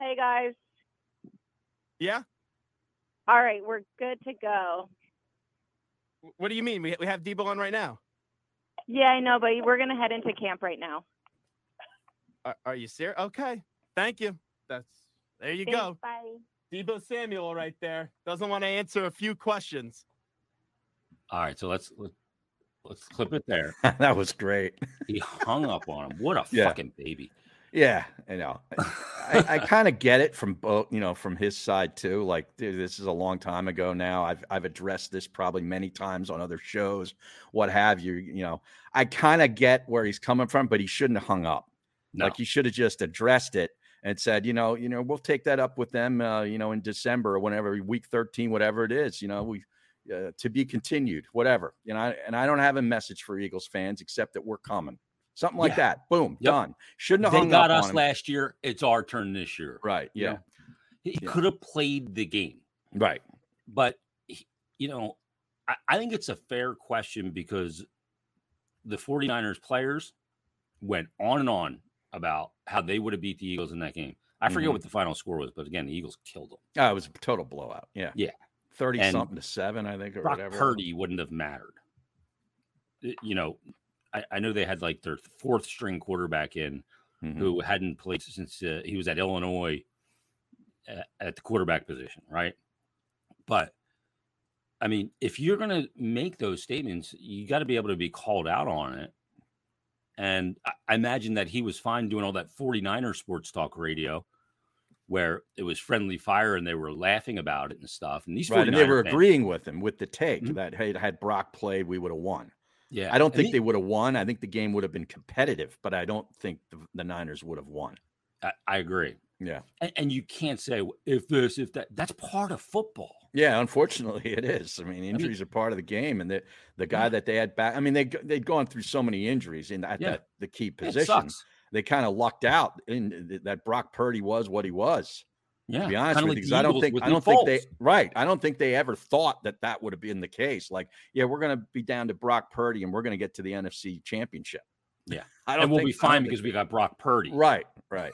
E: Hey guys.
C: Yeah?
E: All right, we're good to go.
C: Wh- What do you mean? We, we have Debo on right now.
E: Yeah, I know, but we're gonna head into camp right now.
C: Are, are you serious? Okay. Thank you. That's there you
E: Thanks,
C: go.
E: Bye.
C: Debo Samuel right there doesn't want to answer a few questions.
A: All right, so let's let's, let's clip it there.
B: that was great.
A: He hung up on him. What a
B: Yeah.
A: fucking baby.
B: Yeah. I know. I, I kind of get it from both, you know, from his side too. Like, dude, this is a long time ago now. I've I've addressed this probably many times on other shows, what have you. You know, I kind of get where he's coming from, but he shouldn't have hung up.
A: No.
B: Like, he should have just addressed it and said, you know, you know, we'll take that up with them, uh, you know, in December or whenever, week thirteen, whatever it is. You know, we. Uh, to be continued, whatever. You know, I- and I don't have a message for Eagles fans except that we're coming. Something like
A: Yeah.
B: that. Boom,
A: Yep.
B: done. Shouldn't have
A: they
B: hung
A: got
B: up on
A: us
B: him.
A: last year. It's our turn this year.
B: Right.
A: you
B: Yeah.
A: know? He
B: Yeah.
A: could have played the game.
B: Right.
A: but he- you know I, I think it's a fair question because the 49ers players went on and on about how they would have beat the eagles in that game i forget
B: Mhm.
A: what the final score was but again the eagles killed them
B: Oh, it was a total blowout. Yeah.
A: Yeah.
B: 30
A: And
B: something to seven, I think, or
A: brock
B: whatever.
A: purdy wouldn't have mattered Y- you know I, I know they had like their fourth string quarterback in
B: Mhm.
A: who hadn't played since uh, he was at Illinois at, at the quarterback position, right? But I mean, if you're going to make those statements, you got to be able to be called out on it. And I- I imagine that he was fine doing all that 49er sports talk radio where it was friendly fire and they were laughing about it and stuff. And these 49
B: Right. And they were agreeing with him with the take
A: Mhm.
B: that, hey, had Brock played, we would have won.
A: Yeah.
B: I don't
A: And
B: think
A: the-
B: they would have won. I think the game would have been competitive, but I don't think the, the Niners would have won.
A: I, I agree.
B: Yeah.
A: And, and you can't say if this, if that, that's part of football.
B: Yeah, unfortunately, it is. I mean, injuries are part of the game, and the the guy
A: Yeah.
B: that they had back. I mean, they g- they'd gone through so many injuries in at
A: Yeah.
B: that the key
A: It
B: position.
A: sucks.
B: They kind of lucked out in th- that Brock Purdy was what he was.
A: Yeah,
B: to be honest
A: kinda like
B: with you,
A: the
B: 'cause I don't
A: Eagles
B: think
A: with
B: I
A: Nick
B: don't think they
A: Foles.
B: right. I don't think they ever thought that that would have been the case. Like, yeah, we're going to be down to Brock Purdy, and we're going to get to the NFC Championship.
A: Yeah.
B: I don't.
A: and we'll
B: think-
A: be
B: I don't
A: fine
B: think-
A: because we got Brock Purdy.
B: right, right,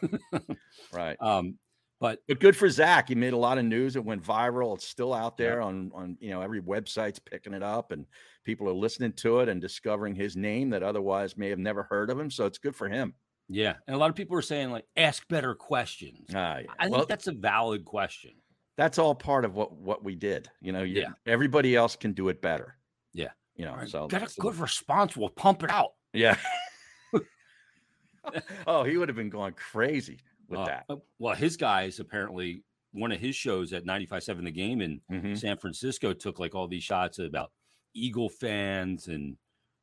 B: right.
A: Um, but
B: But good for Zach. He made a lot of news. It went viral. It's still out there on on you know every website's picking it up, and people are listening to it and discovering his name that otherwise may have never heard of him. So it's good for him.
A: yeah, and a lot of people are saying like, ask better questions.
B: Ah, yeah.
A: I think
B: Well,
A: that's a valid question.
B: that's all part of what what we did. You know, you,
A: Yeah.
B: everybody else can do it better.
A: Yeah.
B: You know,
A: All right,
B: Oh, so
A: get
B: that's
A: a
B: the-
A: good response. We'll pump it out.
B: Yeah. oh, he would have been going crazy with
A: Uh,
B: that.
A: uh, Well, his guys apparently one of his shows at 95.7 The Game in
B: Mhm.
A: San Francisco took like all these shots about Eagle fans and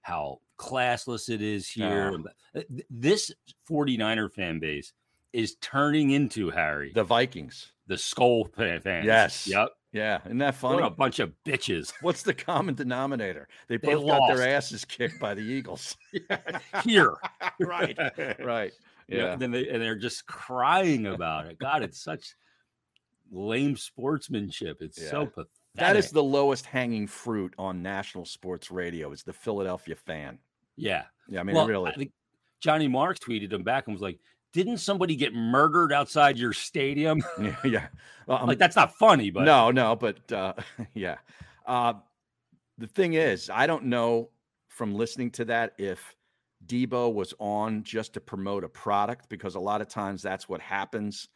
A: how classless it is here.
B: Yeah.
A: And th- th- This 49er fan base is turning into Harry the,
B: The Vikings.
A: Skull fan fans.
B: Yes.
A: Yep.
B: Yeah, isn't that funny?
A: What a bunch of bitches.
B: What's the common denominator? They
A: They
B: both got
A: lost.
B: their asses kicked by the Eagles.
A: Here.
C: right.
B: right.
A: you know,
B: Yeah.
A: then they, and they're just crying about it. God, it's such lame sportsmanship. It's so
B: Yeah.
A: pathetic.
B: That is the lowest hanging fruit on national sports radio is the Philadelphia fan.
A: yeah.
B: Yeah, I mean
A: well,
B: really.
A: I think Johnny Marks tweeted him back and was like, "Didn't somebody get murdered outside your stadium?"
B: yeah, yeah. Well, I'm-
A: like that's not funny, but
B: Um, no, no, but uh, yeah. Uh, the thing is, I don't know from listening to that if Debo was on just to promote a product because a lot of times that's what happens,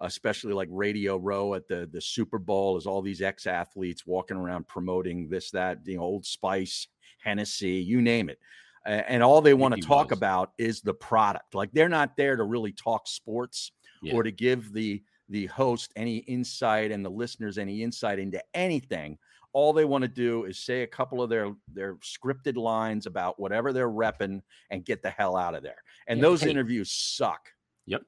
B: especially like Radio Row at the the Super Bowl is all these ex athletes walking around promoting this, that, you know, Old Spice, Hennessy, you name it. A- And all they want to
A: Mickey
B: talk
A: Mouse.
B: about is the product. Like they're not there to really talk sports
A: Yeah.
B: or to give the the host any insight and the listeners any insight into anything all they want to do is say a couple of their their scripted lines about whatever they're repping and get the hell out of there and
A: Yeah,
B: those
A: hey.
B: interviews suck
A: Yep.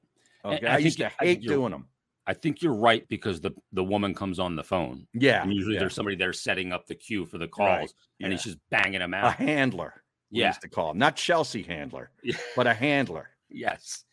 A: And-
B: okay
A: and
B: i,
A: I
B: used
A: think-
B: to
A: I think
B: hate
A: you're-
B: doing them
A: I think you're right because the the woman comes on the phone.
B: yeah
A: and usually
B: yeah,
A: there's somebody there setting up the queue for the calls,
B: Right,
A: and he's just banging them
B: yeah. a
A: out.
B: handler we
A: Yeah.
B: used to call 'em. not chelsea handler
A: Yeah.
B: but a handler
A: Yes,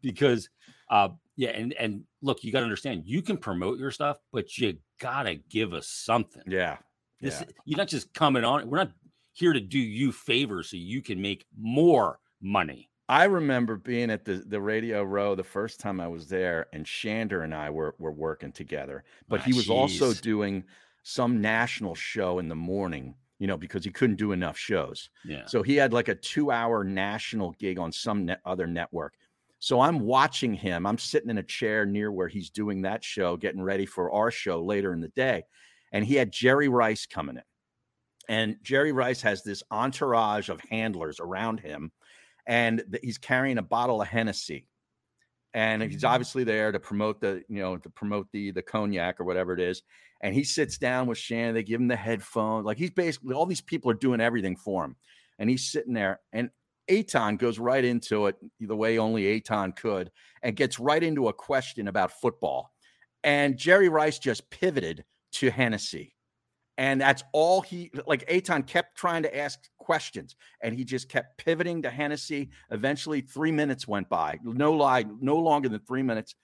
A: because uh, yeah, and and look, you got to understand, you can promote your stuff, but you gotta give us something.
B: yeah
A: This,
B: yeah.
A: You're not just coming on. We're not here to do you favors so you can make more money.
B: I remember being at the, the radio row the first time I was there, and Shander and I were, were working together. But
A: Ah,
B: he was also
A: jeez.
B: doing some national show in the morning, you know, because he couldn't do enough shows.
A: Yeah.
B: So he had like a two hour national gig on some net, other network. So I'm watching him. I'm sitting in a chair near where he's doing that show, getting ready for our show later in the day. And he had Jerry Rice coming in. And Jerry Rice has this entourage of handlers around him, and th- he's carrying a bottle of Hennessy. And he's obviously there to promote the, you know, to promote the the cognac or whatever it is. And he sits down with Shannon. They give him the headphone. Like he's basically all these people are doing everything for him and he's sitting there and Aton goes right into it the way only Aton could and gets right into a question about football. And Jerry Rice just pivoted to Hennessy. And that's all he like Aton kept trying to ask questions and he just kept pivoting to Hennessy. Eventually 3 minutes went by. No lie, no longer than 3 minutes.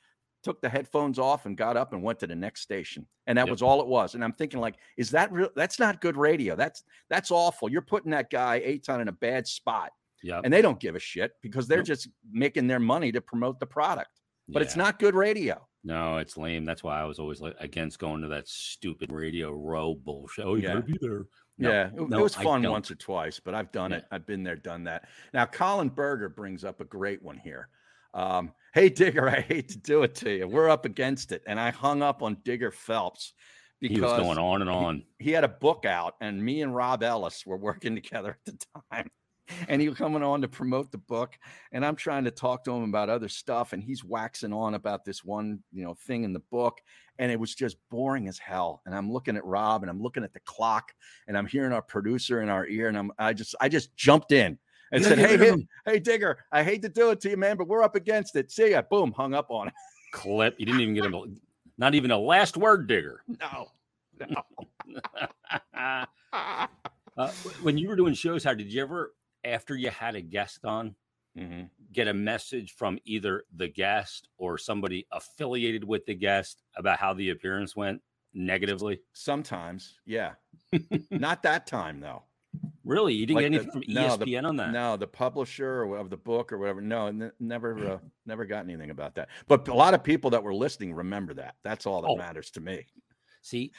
B: Took the headphones off and got up and went to the next station. And that
A: Yep.
B: was all it was. And I'm thinking like is that real that's not good radio. That's that's awful. You're putting that guy Aton in a bad spot,
A: Yeah.
B: and they don't give a shit because they're
A: Nope.
B: just making their money to promote the product. But it's
A: Yeah.
B: not good radio.
A: No, it's lame. That's why I was always like against going to that stupid radio row bullshit. Oh, you
B: Yeah.
A: gotta be there. No,
B: yeah, it, it
A: no,
B: was
A: I
B: fun
A: don't.
B: once or twice, but I've done
A: Yeah.
B: it. I've been there, done that. Now, Colin Berger brings up a great one here. Um, hey, Digger, I hate to do it to you. We're up against it, and I hung up on Digger Phelps because
A: He was going on and on.
B: he had a book out, and me and Rob Ellis were working together at the time. And he was coming on to promote the book, and I'm trying to talk to him about other stuff, and he's waxing on about this one, you know, thing in the book, and it was just boring as hell. And I'm looking at Rob, and I'm looking at the clock, and I'm hearing our producer in our ear, and I'm I just I just jumped in and said, "Hey, hey, hey, Digger, I hate to do it to you, man, but we're up against it." See ya, boom, hung up on him.
A: clip. You didn't even get him, a- not even a last word digger.
B: No,
A: uh, w- Uh, when you were doing shows, how did you ever, after you had a guest on,
B: Mhm.
A: get a message from either the guest or somebody affiliated with the guest about how the appearance went negatively?
B: sometimes, yeah, not that time though.
A: Really, you didn't
B: Like
A: get
B: the-
A: anything from E
B: no, the-
A: ESPN on that?
B: No, the publisher or of the book or whatever. No, n- never, uh, never got anything about that. But a lot of people that were listening remember that. That's all that
A: Oh,
B: matters to me.
A: See,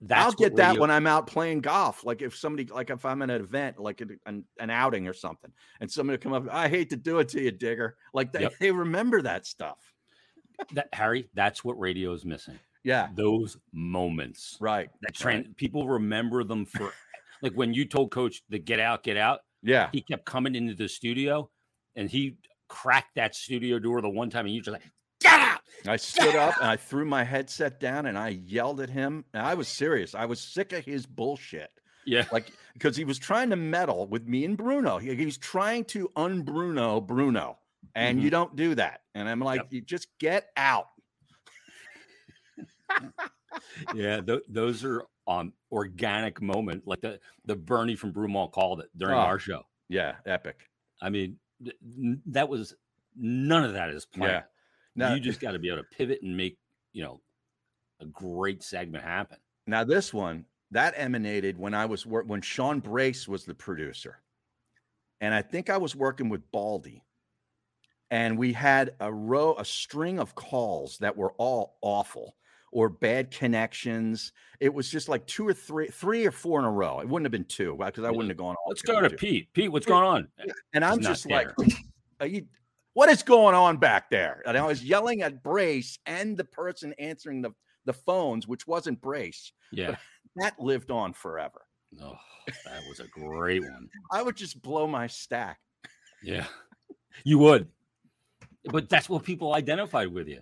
A: that's
B: I'll
A: what
B: get that
A: radio-
B: when I'm out playing golf. Like if somebody, like if I'm at an event, like an, an, an outing or something, and somebody will come up, I hate to do it to you, Digger. Like they,
A: Yep.
B: they remember that stuff.
A: that, Harry. That's what radio is missing.
B: Yeah,
A: Those moments.
B: right.
A: That trend, people remember them for. like when you told Coach the get out, get out.
B: Yeah,
A: he kept coming into the studio and he cracked that studio door the one time and you just like get out
B: I stood up and I threw my headset down and I yelled at him. And I was serious. I was sick of his bullshit.
A: Yeah.
B: Like, because he was trying to meddle with me and Bruno. He, he was trying to unbruno Bruno. And
A: Mm-hmm.
B: you don't do that. And I'm like, you just get out.
A: yeah, th- those are um organic moment like the the Bernie from Brumall called it during
B: Oh.
A: our show.
B: Yeah. Epic.
A: I mean, th- n- that was none of that is planned.
B: Now,
A: you just got to be able to pivot and make you know a great segment happen.
B: now this one that emanated when I was work when Sean Brace was the producer. and I think I was working with Baldy. And we had a row, a string of calls that were all awful or bad connections. It was just like two or three, three or four in a row. It wouldn't have been two because I
A: Yeah.
B: wouldn't have gone all
A: Let's
B: two
A: go
B: and
A: to
B: two.
A: Pete. Pete, what's going on?
B: And I'm
A: not
B: just like, Are you, what is going on back there? And I was yelling at Brace and the person answering the, the phones, which wasn't Brace.
A: Yeah,
B: That lived on forever.
A: oh, that was a great one.
B: I would just blow my stack.
A: Yeah, you would. But that's what people identified with you.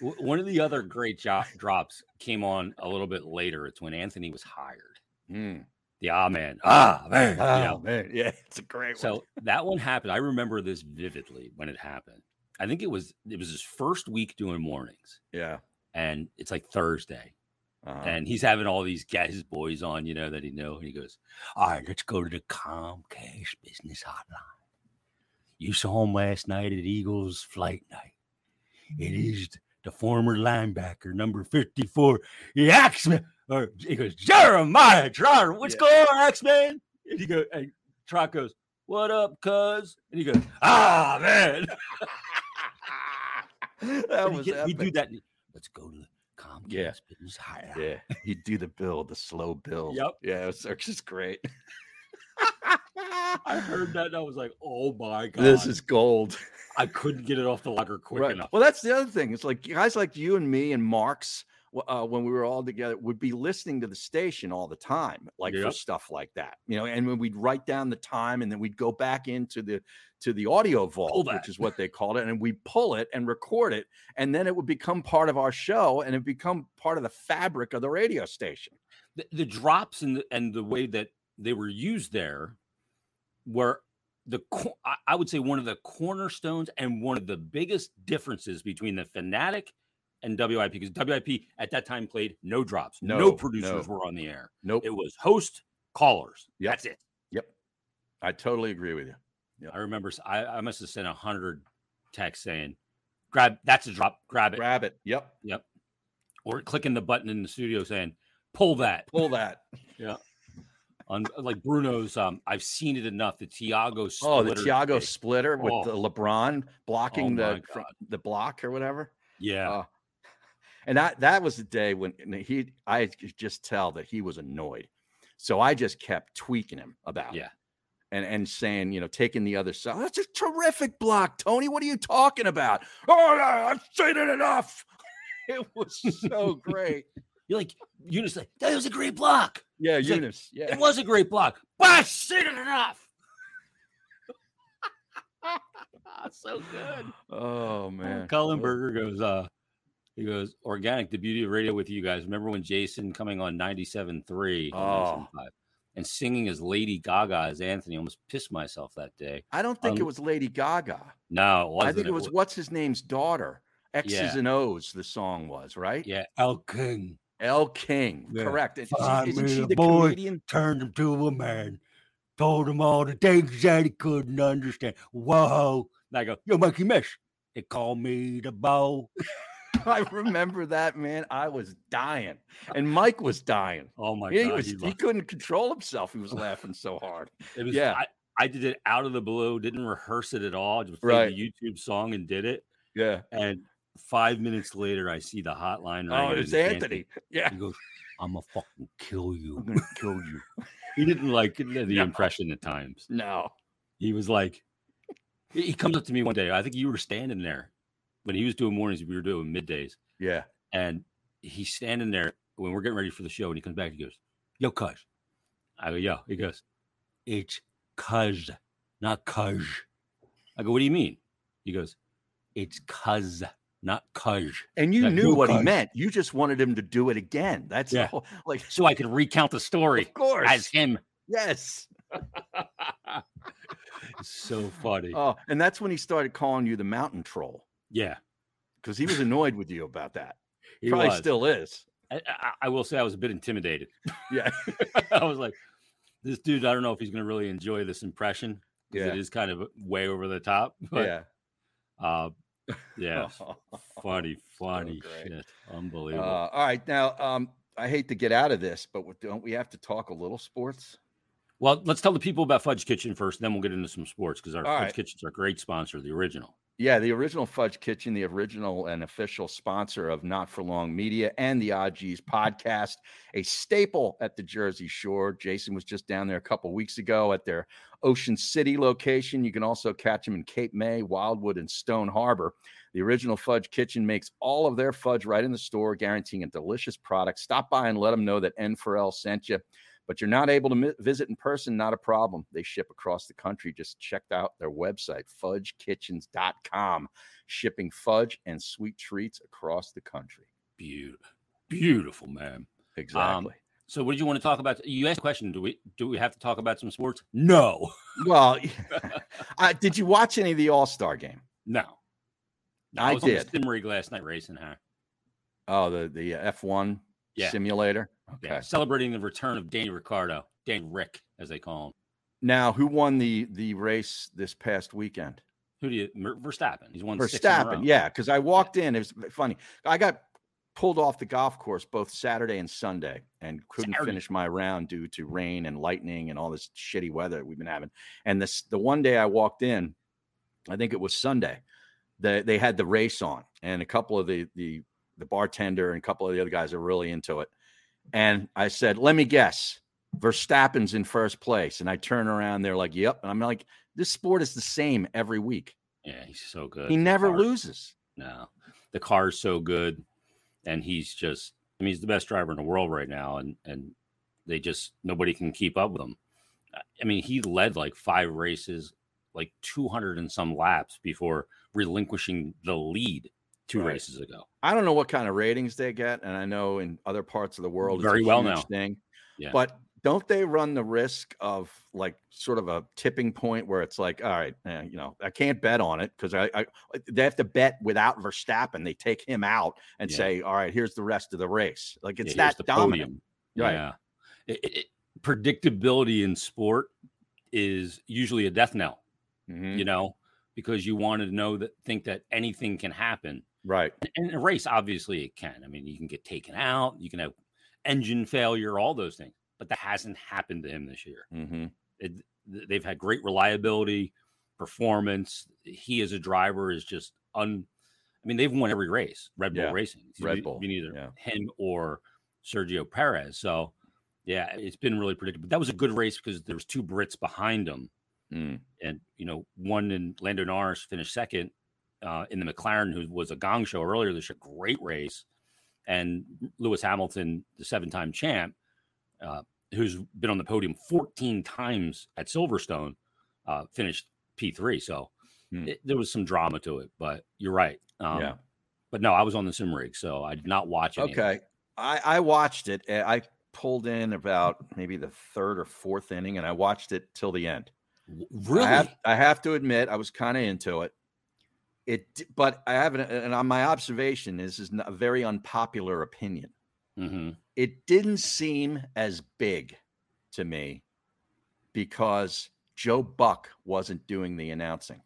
A: W- One of the other great job drops came on a little bit later. It's when Anthony was hired.
B: Mm.
A: The ah man, ah man. you
B: Oh,
A: know?
B: man. Yeah, it's a great one.
A: So that one happened. I remember this vividly when it happened. I think it was it was his first week doing mornings,
B: Yeah.
A: and it's like Thursday,
B: Uh-huh.
A: and he's having all these guys, his boys on, you know, that he know, and he goes, "All right, let's go to the Comcast business hotline. You saw him last night at Eagles flight night. It
B: Mm-hmm.
A: is the former linebacker, number fifty-four. He asked me, or he goes, Jeremiah Trotter, what's
B: Yeah.
A: going on, Axman? And he goes, and Trot goes, "What up, cuz?" And he goes, "Ah, man."
B: that
A: And
B: was
A: he, get- he do
B: epic.
A: that. and he, Let's go to the Comcast
B: Yeah.
A: business hotline.
B: Yeah, he'd do the build, the slow build.
A: Yep.
B: Yeah, it was, it was just great.
A: I heard that and I was like, oh my god,
B: This is gold.
A: I couldn't get it off the locker quick
B: Right.
A: enough.
B: Well, that's the other thing. It's like guys like you and me and Marks, w- uh, when we were all together, would be listening to the station all the time, like for
A: Yep.
B: stuff like that. You know, and when we'd write down the time, and then we'd go back into the to the audio vault,
A: that.
B: which is what they called it, and we'd pull it and record it, and then it would become part of our show, and it become part of the fabric of the radio station.
A: The, the drops and the, and the way that they were used there were the co- I- I would say one of the cornerstones and one of the biggest differences between the fanatic and WIP because WIP at that time played no drops, no,
B: No,
A: producers
B: no.
A: were on the air.
B: Nope.
A: It was host callers.
B: Yep.
A: That's it.
B: Yep. I totally agree with you.
A: I remember s- I, I must have sent a hundred texts saying, "Grab that's a drop, grab it."
B: Grab it. Yep.
A: or clicking the button in the studio saying, "Pull that."
B: Pull that.
A: On uh, like Bruno's, um, I've seen it enough. The Tiago.
B: Oh, the
A: splitter
B: Tiago
A: thing.
B: splitter with
A: Oh.
B: the LeBron blocking
A: Oh, my
B: the fr-
A: God.
B: the block or whatever.
A: Yeah,
B: Oh. And that that was the day when and he I could just tell that he was annoyed. So I just kept tweaking him about it
A: Yeah.
B: and and saying, you know, taking the other side. That's a terrific block, Tony. What are you talking about? Oh, I- I've seen it enough. it was so great.
A: you're like Eunice. Like that was a great block.
B: Yeah,
A: It's like,
B: Eunice. yeah.
A: It was a great block. But I've seen it enough. so good.
B: Oh man.
A: Cullenberger goes. uh He goes organic. The beauty of radio with you guys. Remember when Jason coming on 97.3 on
B: Oh.
A: 97.5, and singing as Lady Gaga as Anthony almost pissed myself that day.
B: I don't think it
A: Um,
B: was Lady Gaga.
A: No, it wasn't.
B: I think it was what's his name's daughter. X's
A: Yeah.
B: and O's. The song was right.
A: Yeah, El King
B: L. King.
A: Yeah.
B: Correct. And
A: Find
B: she- Isn't
A: me
B: she
A: a
B: the
A: boy.
B: comedian?
A: turned him to a man, told him all the things that he couldn't understand. Whoa! And I go, yo, monkey mesh. They call me the bow.
B: I remember that man. I was dying, and Mike was dying.
A: Oh my
B: he
A: god,
B: was.
A: he
B: He,
A: loved-
B: couldn't control himself. He was laughing so hard.
A: it was.
B: yeah.
A: I, I did it out of the blue. Didn't rehearse it at all. Just played
B: Right.
A: the YouTube song and did it.
B: Yeah.
A: And five minutes later, I see the hotline.
B: Oh,
A: ring,
B: it
A: and
B: was
A: it's
B: Anthony. Yeah.
A: He goes, "I'm gonna fucking kill
B: I'm
A: you."
B: gonna kill you.
A: He didn't like the the
B: No.
A: impression at times.
B: No.
A: he was like, he he comes up to me one day. I think you were standing there when he was doing mornings. We were doing middays,
B: Yeah.
A: and he's standing there when we're getting ready for the show. And he comes back. He goes, "Yo, cuz." I go, "Yo." He goes, "It's cuz, not cuz." I go, "What do you mean?" He goes, "It's cuz, not Kaj.
B: And you
A: That
B: knew
A: new
B: what he
A: Kaj.
B: meant. You just wanted him to do it again. That's the
A: Yeah.
B: whole, like,
A: So I could recount the story
B: of course.
A: as him.
B: yes.
A: It's so funny.
B: Oh, and that's when he started calling you the mountain troll
A: yeah,
B: because he was annoyed with you about that.
A: he
B: Probably
A: was.
B: still is.
A: I, I, I will say I was a bit intimidated.
B: Yeah.
A: I was like, this dude, I don't know if he's going to really enjoy this impression because it is kind of way over the top. But
B: yeah. Oh.
A: uh, yeah, funny, funny
B: great.
A: shit.
B: Uh,
A: Unbelievable.
B: all right. Now, um, I hate to get out of this, but what- don't we have to talk a little sports?
A: well, let's tell the people about Fudge Kitchen first, then we'll get into some sports because our
B: All
A: Fudge
B: right.
A: Kitchen's our great sponsor, the original.
B: Yeah, the original Fudge Kitchen, the original and official sponsor of Not For Long Media and the OGs podcast, a staple at the Jersey Shore. Jason was just down there a couple weeks ago at their Ocean City location. You can also catch them in Cape May, Wildwood, and Stone Harbor. The original Fudge Kitchen makes all of their fudge right in the store, guaranteeing a delicious product. Stop by and let them know that N4L sent you. But you're not able to mi- visit in person, not a problem. They ship across the country. Just check out their website, fudgekitchens.com, shipping fudge and sweet treats across the country.
A: Beautiful, beautiful, man.
B: Exactly.
A: So, what did you want to talk about? You asked a question. Do we do we have to talk about some sports? No,
B: well, I, did you watch any of the All Star game?
A: no.
B: I
A: was on the
B: did.
A: Stim rig last night racing, huh?
B: Oh, the the F one
A: Yeah.
B: simulator. Okay.
A: Yeah, celebrating the return of Danny Ricardo, Danny Rick, as they call him.
B: Now, who won the the race this past weekend?
A: Who do you Mer- Verstappen? He's won six in a row.
B: Verstappen. Yeah, because I walked in. It was funny. I got pulled off the golf course both Saturday and Sunday and couldn't
A: Saturday.
B: finish my round due to rain and lightning and all this shitty weather we've been having. And this the one day I walked in, I think it was Sunday. They they had the race on, and a couple of the the the bartender and a couple of the other guys are really into it. And I said, "Let me guess, Verstappen's in first place." And I turn around, they're like, "Yep." And I'm like, "This sport is the same every week.
A: Yeah, he's so good.
B: He never
A: car.
B: loses."
A: No, the car's so good, and he's just. I mean, he's the best driver in the world right now, and and they just nobody can keep up with him. I- I mean, he led like five races, like two hundred and some laps before relinquishing the lead two
B: Right.
A: races ago.
B: I don't know what kind of ratings they get, and I know in other parts of the world
A: Very well
B: huge
A: now.
B: thing.
A: Yeah.
B: But don't they run the risk of like sort of a tipping point where it's like, all right, eh, you know, I can't bet on it because I, I they have to bet without Verstappen. They take him out and
A: Yeah.
B: say, all right, here's the rest of the race. Like it's
A: Yeah, here's
B: that dominant. Right.
A: Yeah. It- it- it- predictability in sport is usually a death knell,
B: Mhm.
A: you know, because you want to know that think that anything can happen.
B: Right.
A: And in a race, obviously, it can. I mean, you can get taken out, you can have engine failure, all those things. But that hasn't happened to him this year.
B: Mm-hmm.
A: It, th- they've had great reliability, performance. He as a driver is just un. I mean, they've won every race. Red Bull
B: Yeah,
A: Racing. It's
B: Red
A: been-
B: Bull,
A: been either
B: yeah.
A: him or Sergio Perez. So, yeah, it's been really predictable. That was a good race because there was two Brits behind him, and you know, one in Lando Norris finished second uh, in the McLaren, who was a gong show earlier this year. Great race, and Lewis Hamilton, the seven-time champ, uh, who's been on the podium 14 times at Silverstone, uh, finished P3. So
B: Hmm.
A: it, there was some drama to it, but you're right. Um,
B: Yeah.
A: But no, I was on the sim rig, so I did not watch it.
B: Okay. I, I watched it. And I pulled in about maybe the third or fourth inning, and I watched it till the end.
A: Really?
B: I have, I have to admit, I was kind of into it. It, d- but I haven't, and on my observation, this is n- a very unpopular opinion.
A: hmm
B: It didn't seem as big to me because Joe Buck wasn't doing the announcing.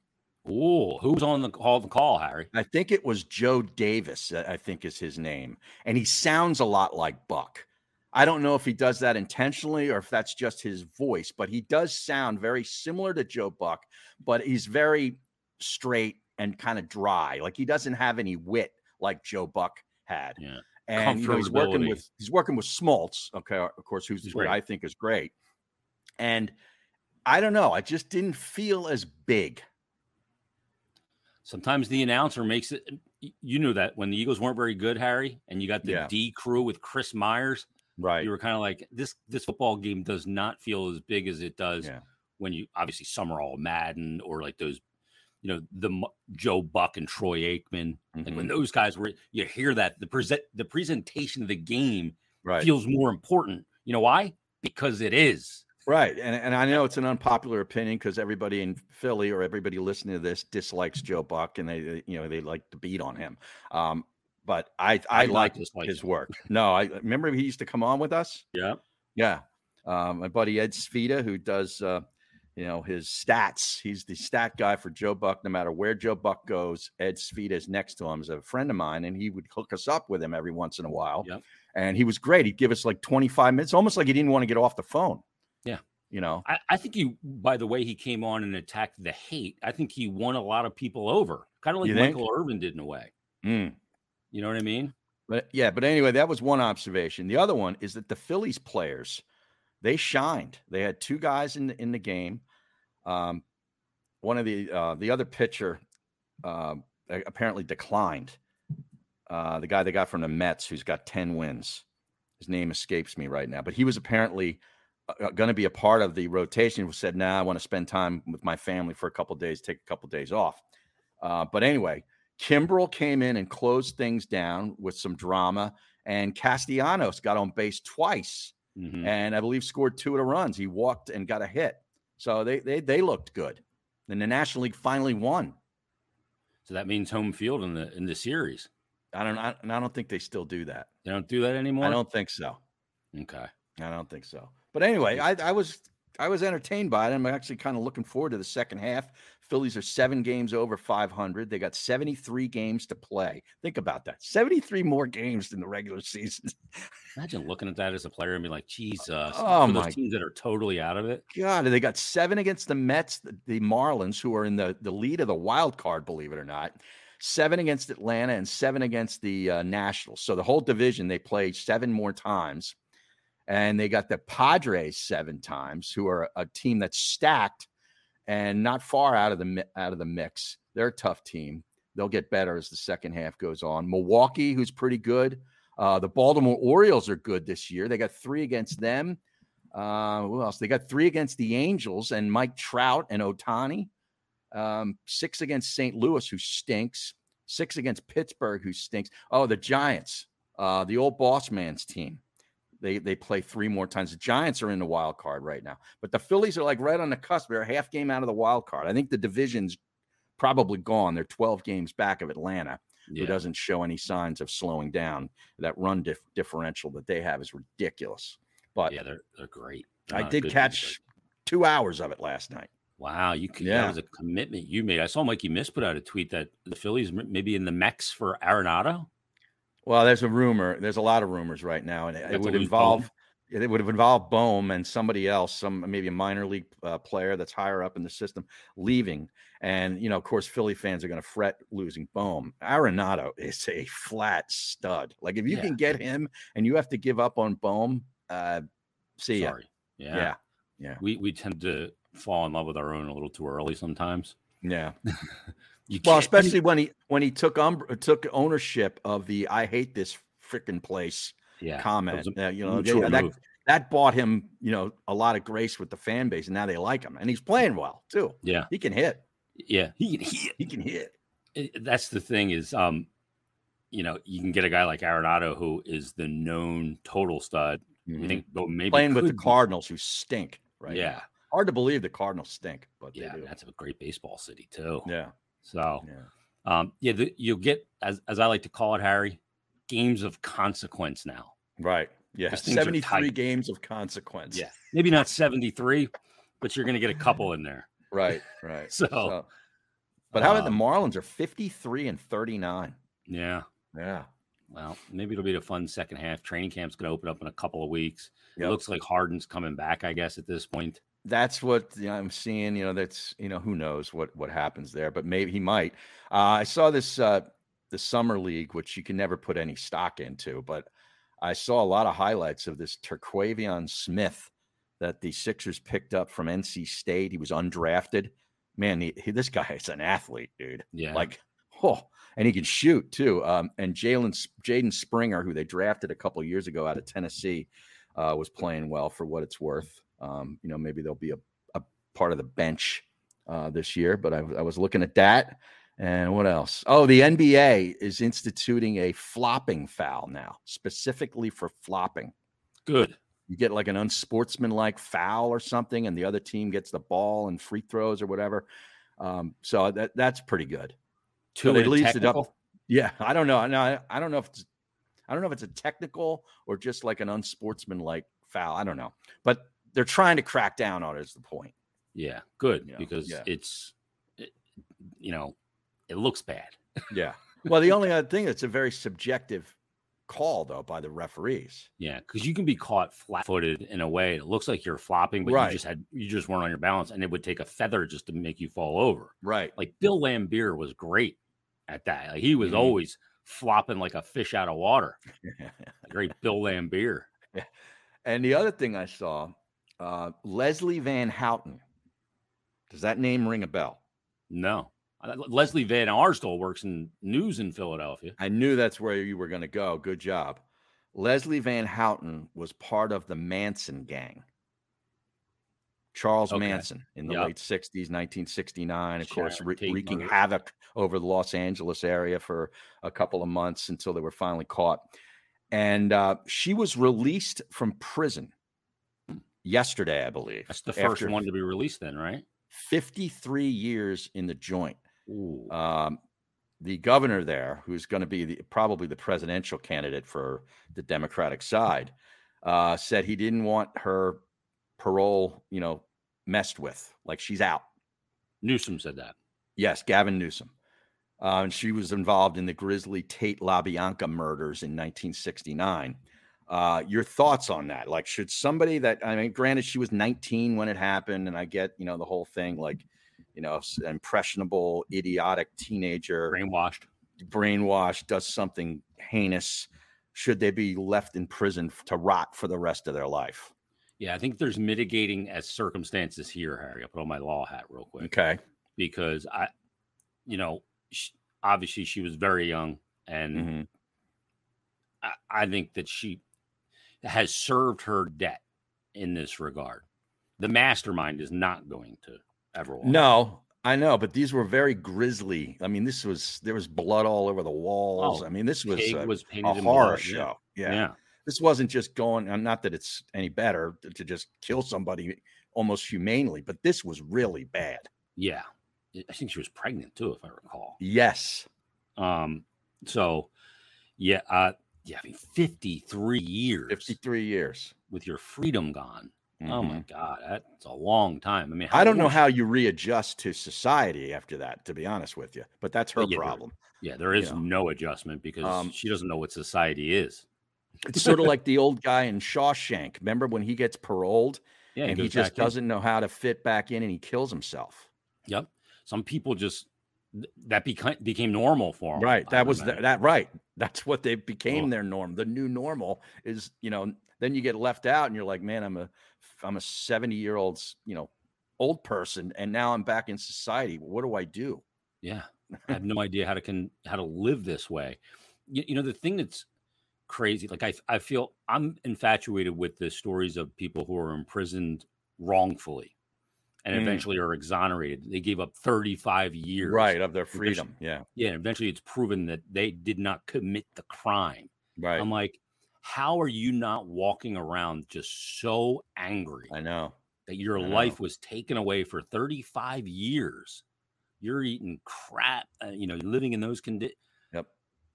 A: Ooh, who was on the call, the call, Harry?
B: I think it was Joe Davis, uh, I think is his name. And he sounds a lot like Buck. I don't know if he does that intentionally or if that's just his voice, but he does sound very similar to Joe Buck, but he's very straight and kind of dry. Like he doesn't have any wit like Joe Buck had.
A: Yeah.
B: And you know, he's working
A: Comfortability.
B: with he's working with Smoltz, okay, of course, who's who
A: Right.
B: I think is great. And I don't know, I just didn't feel as big.
A: Sometimes the announcer makes it. y- You knew that when the Eagles weren't very good, Harry, and you got the
B: Yeah.
A: D crew with Chris Myers,
B: Right.
A: you were kind of like this. This football game does not feel as big as it does
B: Yeah.
A: when you obviously some are all Madden or like those you know the M- Joe Buck and Troy Aikman.
B: Mm-hmm.
A: Like when those guys were, you hear that the present the presentation of the game
B: right.
A: feels more important. You know why? Because it is.
B: Right. And, and I know it's an unpopular opinion because everybody in Philly or everybody listening to this dislikes Joe Buck and they, they- you know, they like to beat on him. Um, but I, I, like
A: this.
B: his work. No, I remember he used to come on with us.
A: Yeah.
B: Yeah. Um, my buddy Ed Sveda, who does, uh, you know, his stats. He's the stat guy for Joe Buck. No matter where Joe Buck goes, Ed Sveda is next to him. He's a friend of mine, and he would hook us up with him every once in a while.
A: Yep.
B: And he was great. He'd give us like 25 minutes, almost like he didn't want to get off the phone.
A: Yeah.
B: You know,
A: I, I think you, by the way, he came on and attacked the hate. I think he won a lot of people over, kind of like
B: You think?
A: Michael Irvin did in a way.
B: Mm.
A: You know what I mean?
B: But yeah, but anyway, that was one observation. The other one is that the Phillies players, they shined. They had two guys in the, in the game. Um, one of the uh, the other pitcher um, a- apparently declined. Uh, the guy they got from the Mets, who's got ten wins, his name escapes me right now, but he was apparently going to be a part of the rotation. Who said, "Nah, I want to spend time with my family for a couple days, take a couple days off." Uh, but anyway, Kimbrell came in and closed things down with some drama, and Castellanos got on base twice,
A: Mhm.
B: and I believe scored two of the runs. He walked and got a hit, so they they they looked good. Then the National League finally won.
A: So that means home field in the in the series.
B: I don't I, and I don't think they still do that.
A: They don't do that anymore.
B: I don't think so.
A: Okay.
B: I don't think so. But anyway, I, I was I was entertained by it. I'm actually kind of looking forward to the second half. Phillies are seven games over 500. They got 73 games to play. Think about that. 73 more games than the regular season.
A: Imagine looking at that as a player and be like, Jesus.
B: Oh,
A: for
B: my-
A: those teams that are totally out of it.
B: God, they got seven against the Mets, the, the Marlins, who are in the, the lead of the wild card, believe it or not. Seven against Atlanta and seven against the uh, Nationals. So the whole division they played seven more times, and they got the Padres seven times, who are a team that's stacked and not far out of the mi- out of the mix. They're a tough team. They'll get better as the second half goes on. Milwaukee, who's pretty good. Uh, the Baltimore Orioles are good this year. They got three against them. Uh, who else? They got three against the Angels and Mike Trout and Otani. Um, six against St. Louis, who stinks. Six against Pittsburgh, who stinks. Oh, the Giants, uh, the old boss man's team. They they play three more times. The Giants are in the wild card right now, but the Phillies are like right on the cusp. They're a half game out of the wild card. I think the division's probably gone. They're twelve games back of Atlanta who
A: Yeah.
B: doesn't show any signs of slowing down. That run dif- differential that they have is ridiculous. But
A: Yeah, they're they're great.
B: I
A: Uh,
B: did
A: good teams
B: catch two hours of it last night.
A: Wow, you could, that
B: Yeah.
A: was a commitment you made. I saw Mikey Miss put out a tweet that the Phillies m- maybe in the mechs for Arenado.
B: Well, there's a rumor. There's a lot of rumors right now, and it
A: That's a
B: would
A: loophole.
B: involve it would have involved Bohm and somebody else, some maybe a minor league uh, player that's higher up in the system leaving. And you know, of course, Philly fans are going to fret losing Bohm. Arenado is a flat stud. Like if you
A: Yeah.
B: can get him, and you have to give up on Bohm, uh, see ya.
A: Sorry, yeah.
B: Yeah,
A: we we tend to fall in love with our own a little too early sometimes.
B: yeah.
A: You can't- I
B: Well,
A: mean,
B: especially when he when he took um took ownership of the "I hate this freaking place"
A: yeah, that
B: comment.
A: was a
B: Uh, you know,
A: mature
B: yeah, that
A: move.
B: that bought him you know a lot of grace with the fan base, and now they like him, and he's playing well too.
A: Yeah.
B: he can hit.
A: yeah. He, he,
B: He can hit.
A: it- that's the thing is, um, you know, you can get a guy like Arenado who is the known total stud. We
B: Mhm.
A: think though maybe
B: Playing with the
A: could be-
B: Cardinals, who stink. Right?
A: Yeah,
B: now. hard to believe the Cardinals stink, but
A: yeah,
B: they do.
A: that's a great baseball city too.
B: Yeah,
A: So
B: yeah.
A: Um, yeah, the, you'll get as as I like to call it, Harry, games of consequence now.
B: Right. Yeah,
A: Those things are
B: seventy three
A: tight.
B: games of consequence.
A: Yeah. Maybe not seventy three, but you're going to get a couple in there.
B: right, right.
A: So,
B: but how about the
A: um,
B: Marlins are fifty three and thirty nine?
A: Yeah.
B: Yeah,
A: Well, maybe it'll be a fun second half. Training camp's going to open up in a couple of weeks. It
B: Yep.
A: looks like Harden's coming back, I guess, at this point.
B: that's what you know, I'm seeing. You know, that's you know, who knows what what happens there, but maybe he might. Uh, I saw this uh, the summer league, which you can never put any stock into, but I saw a lot of highlights of this Terquavion Smith that the Sixers picked up from NC State. He was undrafted. Man, he, he- this guy is an athlete, dude.
A: Yeah.
B: Like, oh, and he can shoot too. Um, and Jalen S- Jaden Springer, who they drafted a couple years ago out of Tennessee, uh, was playing well for what it's worth. Um, you know, maybe they'll be a, a part of the bench uh, this year, but I, w- I was looking at that. And what else? Oh, the NBA is instituting a flopping foul now, specifically for flopping.
A: Good.
B: You get like an unsportsmanlike foul or something, and the other team gets the ball and free throws or whatever. Um, so that that's pretty good.
A: Two
B: But it
A: and a
B: leaves it up-
A: technical?
B: Yeah, I don't know. No, I, I don't know if it's, I don't know if it's a technical or just like an unsportsmanlike foul. I don't know, but they're trying to crack down on it. Is the point?
A: Yeah, good
B: Yeah,
A: because
B: yeah.
A: it's, it- you know, it looks bad.
B: Yeah. Well, the only other thing it's a very subjective call though by the referees.
A: Yeah, because you can be caught flat-footed in a way. It looks like you're flopping, but
B: Right.
A: you just had you just weren't on your balance, and it would take a feather just to make you fall over.
B: Right.
A: Like Bill Lambier was great at that. Like he was
B: Mhm.
A: always flopping like a fish out of water. The Great Bill Lambier.
B: and the other thing I saw, uh, Leslie Van Houten. Does that name ring a bell?
A: No, I- Leslie Van Arsdale works in news in Philadelphia.
B: I knew that's where you were going to go. Good job. Leslie Van Houten was part of the Manson gang. Charles
A: Okay.
B: Manson in the
A: Yep.
B: late 60s, 1969, of course,
A: Sharon
B: re-
A: Tate
B: wreaking
A: murder.
B: havoc over the Los Angeles area for a couple of months until they were finally caught. And uh, she was released from prison yesterday, I believe.
A: That's the first
B: after
A: one to be released, then, right?
B: 53 years in the joint
A: Ooh.
B: um, the governor there, who's going to be the, probably the presidential candidate for the Democratic side, uh, said he didn't want her parole, you know, messed with. Like she's out.
A: Newsom said that.
B: Yes, Gavin Newsom. Uh, and she was involved in the Grizzly Tate LaBianca murders in 1969. Uh, your thoughts on that? Like, should somebody that I mean, granted, she was 19 when it happened, and I get you know the whole thing, like you know, s- impressionable, idiotic teenager
A: Brainwashed.
B: brainwashed, does something heinous, should they be left in prison f- to rot for the rest of their life?
A: Yeah, I think there's mitigating as circumstances here, Harry. I put on my law hat real quick.
B: Okay.
A: because I, you know, sh obviously she was very young, and
B: Mhm.
A: I, I think that she has served her debt in this regard. The mastermind is not going to ever. walk.
B: No, I know, but these were very grisly. I mean, this was there was blood all over the walls.
A: Oh,
B: I mean, this was
A: Pig
B: a,
A: was
B: a
A: painted in
B: horror
A: blood, yeah,
B: show.
A: Yeah.
B: Yeah. This wasn't just going, and not that it's any better t- to just kill somebody almost humanely, but this was really bad.
A: yeah, I think she was pregnant too, if I recall.
B: Yes.
A: Um, so yeah, uh, yeah, I mean, fifty three years
B: 53 years. Mm-hmm.
A: with your freedom gone. Oh my god, that's a long time. I mean,
B: I don't know
A: old-
B: how you readjust to society after that, to be honest with you, but that's her
A: Yeah, there-
B: problem.
A: Yeah, there is
B: Yeah.
A: no adjustment because
B: Um,
A: she doesn't know what society is.
B: It's sort of like the old guy in Shawshank. Remember when he gets paroled
A: Yeah,
B: and he
A: goes
B: just
A: back in.
B: doesn't know how to fit back in and he kills himself.
A: Yep. Some people just th- that became became normal for them.
B: Right. That was th- that right. That's what they became their norm. The new normal is, you know, then you get left out and you're like, man, I'm a I'm a 70 year old, you know, old person and now I'm back in society. What do I do?
A: Yeah, I have no idea how to can how to live this way. You, you know, the thing that's crazy, like I I feel I'm infatuated with the stories of people who are imprisoned wrongfully and
B: Mm.
A: eventually are exonerated. They gave up 35 years.
B: Right. Of their
A: Because-
B: freedom. Yeah.
A: Yeah, and eventually it's proven that they did not commit the crime.
B: Right.
A: I'm like, how are you not walking around just so angry
B: I know.
A: that your
B: I
A: life was taken away for 35 years? You're eating crap, uh, you know, you're living in those conditions
B: Yep.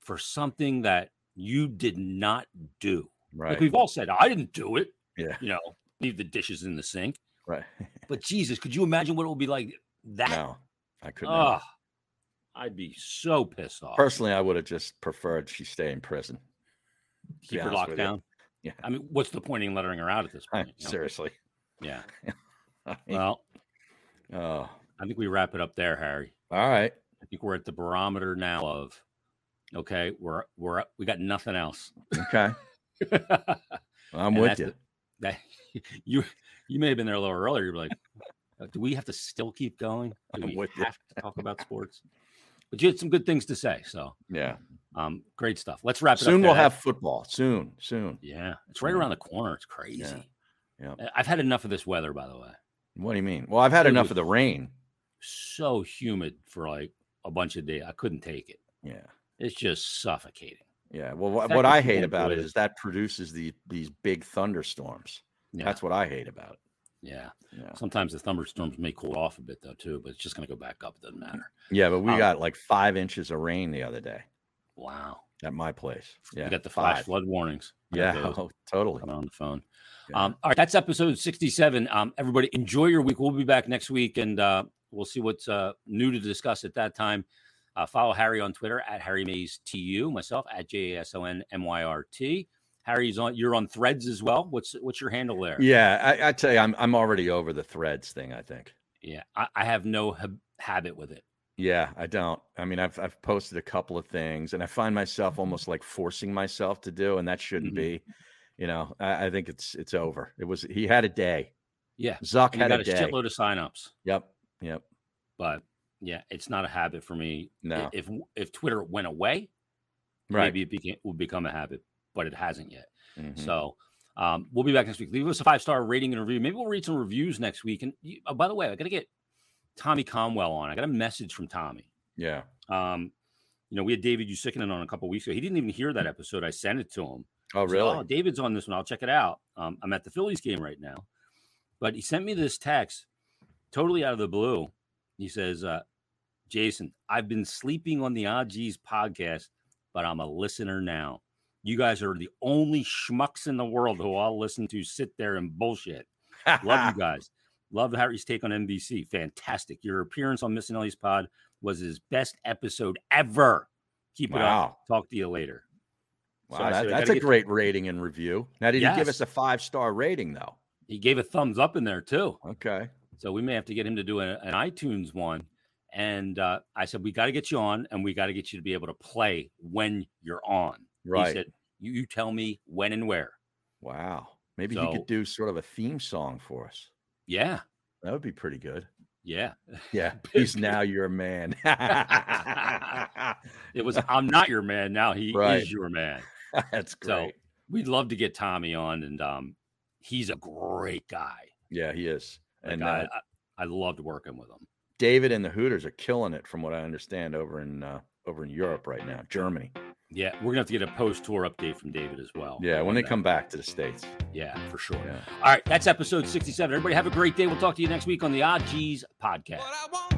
A: for something that you did not do.
B: Right.
A: Like we've all said, I didn't do it.
B: Yeah.
A: You know, leave the dishes in the sink.
B: right.
A: But Jesus, could you imagine what it would be like that?
B: No, I couldn't.
A: Ugh, I'd be so pissed off.
B: Personally, I would have just preferred she stay in prison.
A: Keep her
B: honest
A: locked
B: with you.
A: down.
B: Yeah.
A: I mean, what's the point in letting her out at this
B: I-
A: point? you know?
B: seriously.
A: Yeah.
B: I mean,
A: Well,
B: oh,
A: I think we wrap it up there, Harry.
B: all right.
A: I think we're at the barometer now of okay, we're we're we got nothing else.
B: Okay. I'm
A: And
B: with
A: that's
B: you.
A: the- that you you may have been there a little earlier. You're like, "Uh, do we have to still keep going? Do
B: I'm
A: we
B: with you.
A: have to talk about sports? But you had some good things to say, so
B: yeah.
A: um, great stuff. Let's wrap it up.
B: Soon we'll
A: there.
B: have football. Soon. Soon.
A: yeah, it's right
B: Mhm.
A: around the corner. It's crazy.
B: yeah.
A: I- I've had enough of this weather, by the way.
B: What do you mean? Well, I've had
A: Dude,
B: enough
A: it-
B: of the rain.
A: so humid for like a bunch of days. I couldn't take it.
B: Yeah.
A: It's just suffocating.
B: Yeah. Well, what,
A: fact
B: what
A: that
B: I
A: you
B: hate
A: can't
B: about it
A: believe-
B: is that produces the these big thunderstorms.
A: Yeah.
B: That's what I hate about
A: yeah.
B: it. Yeah.
A: Sometimes the thunderstorms may cool off a bit though too, but it's just gonna go back up. It doesn't matter.
B: Yeah, but we
A: Um,
B: got like five inches of rain the other day
A: Wow.
B: at my place.
A: You
B: Yeah.
A: got the flash
B: five.
A: flood warnings. I got
B: Yeah.
A: those.
B: oh, totally.
A: coming on the phone.
B: Yeah.
A: Um, all right, that's episode 67. Um, everybody, enjoy your week. We'll be back next week and uh, we'll see what's uh, new to discuss at that time. Uh, follow Harry on Twitter at Harry Mays TU, myself at J A S O N M Y R T. Harry's on you're on threads as well. What's what's your handle there?
B: Yeah. I, I tell you, I'm I'm already over the threads thing, I think.
A: Yeah, I, I have no hab- habit with it.
B: Yeah, I don't. I mean, I've I've posted a couple of things and I find
A: Mm-hmm.
B: myself almost like forcing myself to do, and that shouldn't
A: Mhm.
B: be. You know, I, I think it's it's over. It was he had a day.
A: Yeah.
B: Zuck
A: You
B: had
A: got
B: a
A: a
B: day.
A: shitload of signups,
B: Yep. Yep.
A: but yeah, it's not a habit for me.
B: No.
A: If if Twitter went away,
B: Right.
A: maybe it became, would become a habit, but it hasn't yet.
B: Mhm.
A: So um, we'll be back next week. Leave us a five star rating and review. Maybe we'll read some reviews next week. And you, oh, by the way, I got to get Tommy Conwell on. I got a message from Tommy.
B: yeah.
A: Um, you know, we had David Usickinen on a couple weeks ago. He didn't even hear
B: Mm-hmm.
A: that episode. I sent it to him.
B: Oh,
A: He's like,
B: really?
A: "Oh, David's on this one. I'll check it out. Um, I'm at the Phillies game right now, but he sent me this text totally out of the blue. He says, uh, "Jason, I've been sleeping on the OG's podcast, but I'm a listener now. You guys are the only schmucks in the world who I'll listen to sit there and bullshit. Love you guys. Love Harry's take on NBC. Fantastic. Your appearance on Miss Ellie's pod was his best episode ever. Keep it up.
B: Wow.
A: Talk to you later."
B: Wow,
A: So I
B: that-
A: said, I
B: that's
A: gotta
B: a
A: get-
B: great rating and review. Now, did he give
A: Yes.
B: us a five star rating though?
A: He gave a thumbs up in there too.
B: Okay.
A: So we may have to get him to do a- an iTunes one. And uh, I said, we got to get you on and we got to get you to be able to play when you're on.
B: Right.
A: He said, you, you tell me when and where.
B: wow. Maybe he
A: So-
B: could do sort of a theme song for us.
A: Yeah.
B: That would be pretty good.
A: Yeah.
B: Yeah. He's now your man. That's
A: It was, I'm not your man. Now he
B: Right.
A: is your man.
B: great.
A: We'd love to get Tommy on. And um, he's a great guy.
B: yeah, he is.
A: Like,
B: and
A: I,
B: uh,
A: I, I loved working with him.
B: David and the Hooters are killing it, from what I understand, over in uh, over in Europe right now, Germany.
A: Yeah. We're going to have to get a post tour update from David as well.
B: Yeah, when they
A: that.
B: come back to the states.
A: Yeah, for sure.
B: Yeah.
A: All right, that's episode 67. Everybody have a great day. We'll talk to you next week on the Odd G's podcast.
F: What I want